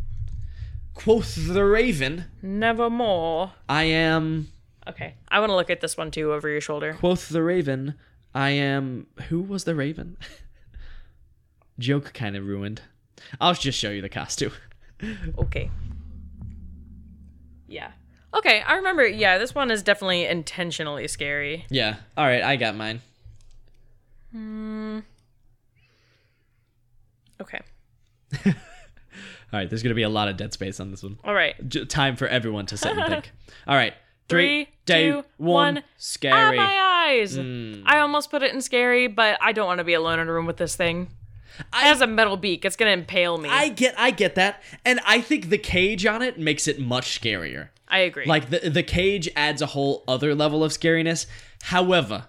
A: Quoth the Raven,
B: Nevermore.
A: I am.
B: Okay. I want to look at this one too over your shoulder.
A: Quoth the Raven, I am. Who was the Raven? Joke kind of ruined. I'll just show you the costume.
B: Okay. Yeah. Okay, I remember. Yeah, this one is definitely intentionally scary.
A: Yeah. All right, I got mine.
B: Okay.
A: All right, there's gonna be a lot of dead space on this one.
B: All right.
A: J- time for everyone to sit and think. All right,
B: Three,
A: three, two,
B: two,
A: one.
B: one. Ah,
A: Scary. Hmm.
B: my eyes! I almost put it in scary, but I don't want to be alone in a room with this thing. It has a metal beak. It's gonna impale me.
A: I
B: I,
A: get I get that. And I think the cage on it makes it much scarier.
B: agree.
A: Like the the cage adds a whole other level of scariness. However,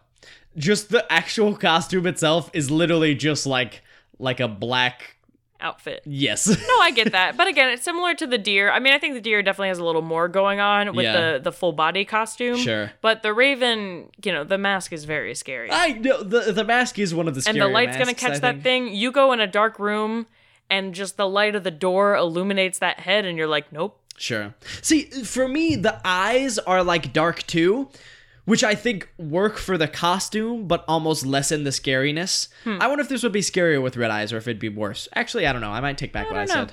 A: just the actual costume itself is literally just like like a black
B: outfit.
A: yes.
B: No, I get that. But again, it's similar to the deer. I mean, I think the deer definitely has a little more going on with
A: Yeah.
B: the the full body costume.
A: Sure.
B: But the raven, you know, the mask is very scary.
A: I know the the mask is one of the
B: and
A: scarier
B: the light's gonna
A: masks,
B: catch
A: I
B: that
A: think.
B: thing. You go in a dark room, and just the light of the door illuminates that head, and you're like, nope.
A: Sure. See, for me, the eyes are like dark too, which I think work for the costume, but almost lessen the scariness.
B: Hmm.
A: I wonder if this would be scarier with red eyes or if it'd be worse. Actually, I don't know. I might take back what I
B: don't know.
A: said.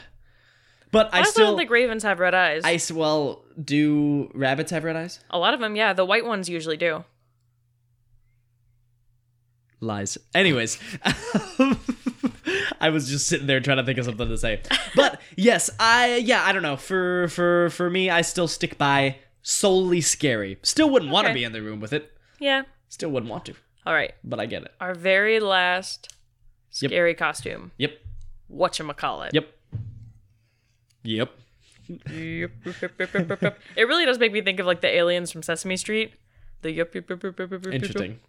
A: But I,
B: I, also
A: still
B: don't think ravens have red eyes.
A: I
B: A
A: s- well do rabbits have red eyes?
B: lot of them, yeah. The white ones usually do.
A: Lies. Anyways, I was just sitting there trying to think of something to say. But yes, I yeah, I don't know. For for for me, I still stick by solely scary. Still wouldn't want to
B: Okay.
A: be in the room with it.
B: Yeah.
A: Still wouldn't want to,
B: All right.
A: but I get it.
B: Our very last
A: Yep.
B: scary costume.
A: Yep.
B: Whatchamacallit.
A: Yep. Yep.
B: Yep, yep, yep, yep, yep, yep, yep. It really does make me think of like the aliens from Sesame Street. The yep, yep, yep, yep, yep, yep, yep, yep.
A: Interesting.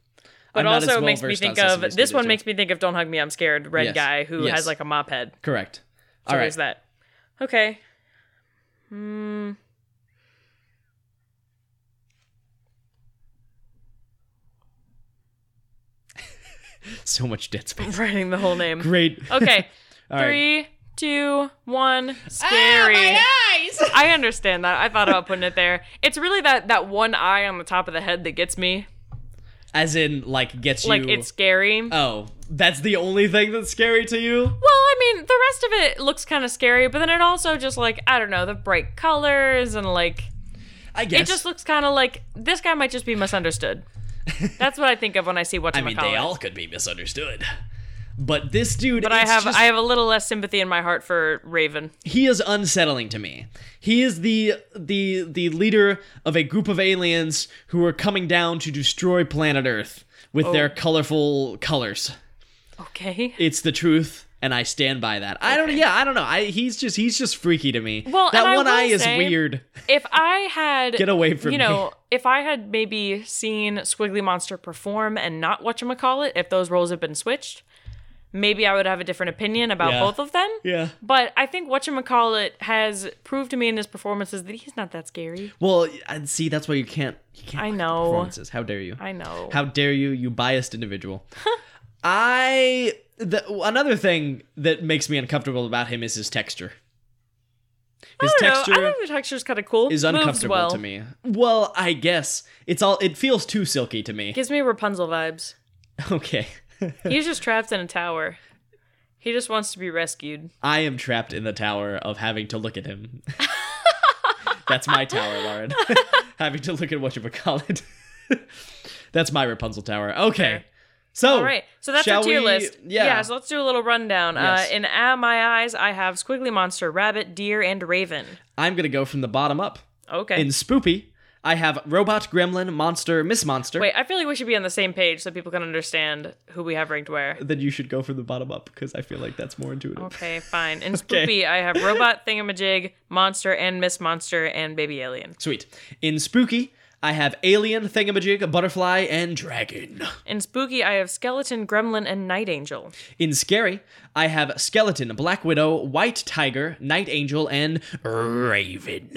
B: But
A: I'm not as
B: also makes me
A: well-versed on
B: think of
A: Sesame
B: this
A: Street
B: one
A: as you.
B: makes me think of Don't Hug Me, I'm Scared, red
A: Yes,
B: guy who
A: yes.
B: has like a mop head.
A: correct.
B: So
A: All right.
B: there's that. Okay. Hmm,
A: So much dead space.
B: I'm writing the whole name.
A: Great.
B: Okay.
A: All right.
B: Oh,
A: Ah,
B: Three, two, one. Scary. I understand that. I thought about putting it there. It's really that that one eye on the top of the head that gets me.
A: As in, like, gets
B: Like
A: you.
B: it's scary.
A: oh, that's the only thing that's scary to you.
B: Well, I mean, the rest of it looks kind of scary, but then it also just like I don't know the bright colors and like
A: I guess.
B: it just looks kind of like this guy might just be misunderstood. That's what I think of when I see what
A: I mean, they all could be misunderstood. But this dude,
B: But I have I have a little less sympathy in my heart for Raven.
A: he is unsettling to me. He is the the the leader of a group of aliens who are coming down to destroy planet Earth with
B: Oh.
A: their colorful colors.
B: Okay.
A: it's the truth and i stand by that i don't yeah i don't know i he's just he's just freaky to me
B: Well,
A: that
B: and I
A: one
B: will
A: eye is
B: say-
A: weird
B: If I had
A: Get away from
B: you know, if I had maybe seen Squiggly Monster perform and not whatchamacallit, if those roles had been switched, maybe I would have a different opinion about
A: Yeah.
B: both of them.
A: yeah
B: But I think whatchamacallit has proved to me in his performances that he's not that scary.
A: well and see that's why you can't you can't
B: I
A: like
B: know.
A: performances how dare you
B: Oh. I know.
A: how dare you you biased individual i the, another thing that makes me uncomfortable about him is his texture his
B: I don't know.
A: texture
B: I think the texture's kind of cool.
A: is
B: Moves
A: uncomfortable
B: well.
A: to me well i guess it's all it feels too silky to me
B: Gives me Rapunzel vibes.
A: okay
B: He's just trapped in a tower. He just wants to be rescued.
A: I am trapped in the tower of having to look at him. That's my tower, Lauren. having to look at what you call it. That's my Rapunzel tower. Okay.
B: Okay.
A: So,
B: All right, so that's
A: shall
B: our tier
A: we-
B: list.
A: Yeah.
B: so let's do a little rundown.
A: Yes.
B: Uh, in uh, my eyes, I have Squiggly Monster, Rabbit, Deer, and Raven.
A: I'm gonna go from the bottom up.
B: Okay.
A: In Spoopy, I have Robot, Gremlin, Monster, Miss Monster.
B: Wait, I feel like we should be on the same page so people can understand who we have ranked where.
A: Then you should go from the bottom up because I feel like that's more intuitive.
B: Okay, fine. In Spoopy,
A: Okay.
B: I have Robot, Thingamajig, Monster, and Miss Monster, and Baby Alien.
A: Sweet. In Spooky, I have Alien, Thingamajig, Butterfly, and Dragon.
B: In Spooky, I have Skeleton, Gremlin, and Night Angel.
A: In Scary, I have Skeleton, Black Widow, White Tiger, Night Angel, and Raven.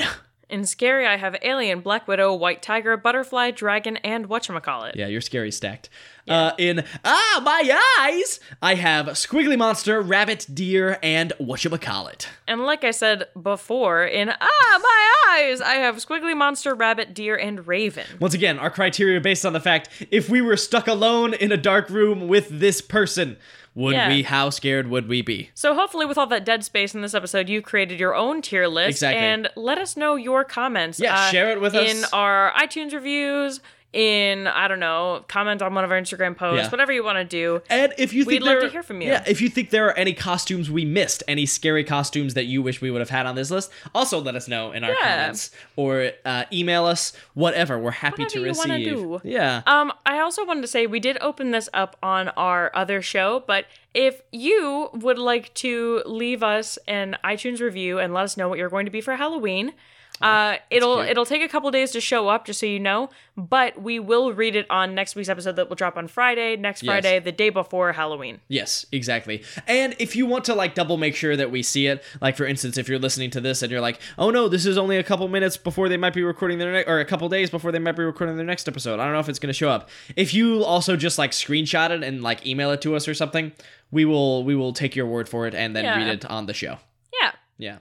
B: In Scary, I have Alien, Black Widow, White Tiger, Butterfly, Dragon, and whatchamacallit.
A: Yeah, you're scary stacked. Uh, in Ah, My Eyes, I have Squiggly Monster, Rabbit, Deer, and whatchamacallit.
B: And like I said before, in Ah, My Eyes, I have Squiggly Monster, Rabbit, Deer, and Raven.
A: Once again, our criteria are based on the fact if we were stuck alone in a dark room with this person, would
B: Yeah.
A: we, how scared would we be?
B: So hopefully, with all that dead space in this episode, you created your own tier list.
A: Exactly.
B: And let us know your comments. uh,
A: Yeah, share it with us.
B: in our iTunes reviews. In I don't know, comment on one of our Instagram posts,
A: Yeah.
B: whatever you want to do.
A: And if you think
B: We'd love
A: there-
B: to hear from you.
A: Yeah, if you think there are any costumes we missed, any scary costumes that you wish we would have had on this list, also let us know in our
B: Yeah.
A: comments or uh, email us, whatever. We're happy
B: Whatever
A: to
B: you wanna
A: receive.
B: do.
A: Yeah.
B: Um, I also wanted to say we did open this up on our other show, but if you would like to leave us an iTunes review and let us know what you're going to be for Halloween, uh, it'll
A: Oh, cute.
B: it'll take a couple days to show up, just so you know. But we will read it on next week's episode that will drop on Friday, next
A: Yes.
B: Friday, the day before Halloween.
A: Yes, exactly. And if you want to like double make sure that we see it, like for instance, if you're listening to this and you're like, oh no, this is only a couple minutes before they might be recording their ne- or a couple days before they might be recording their next episode. I don't know if it's going to show up. If you also just like screenshot it and like email it to us or something, we will we will take your word for it and then
B: Yeah.
A: read it on the show.
B: Yeah,
A: Yeah.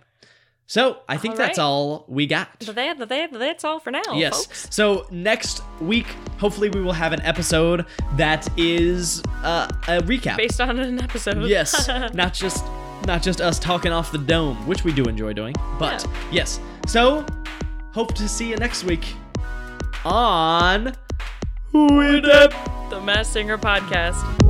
A: So I think
B: All
A: that's
B: right.
A: all we got.
B: so that, that, that's all for now,
A: Yes.
B: folks.
A: So next week, hopefully, we will have an episode that is uh, a recap.
B: Based on an episode.
A: yes not just not just us talking off the dome which we do enjoy doing but
B: Yeah.
A: yes so hope to see you next week on Weird App
B: the Mass Singer podcast.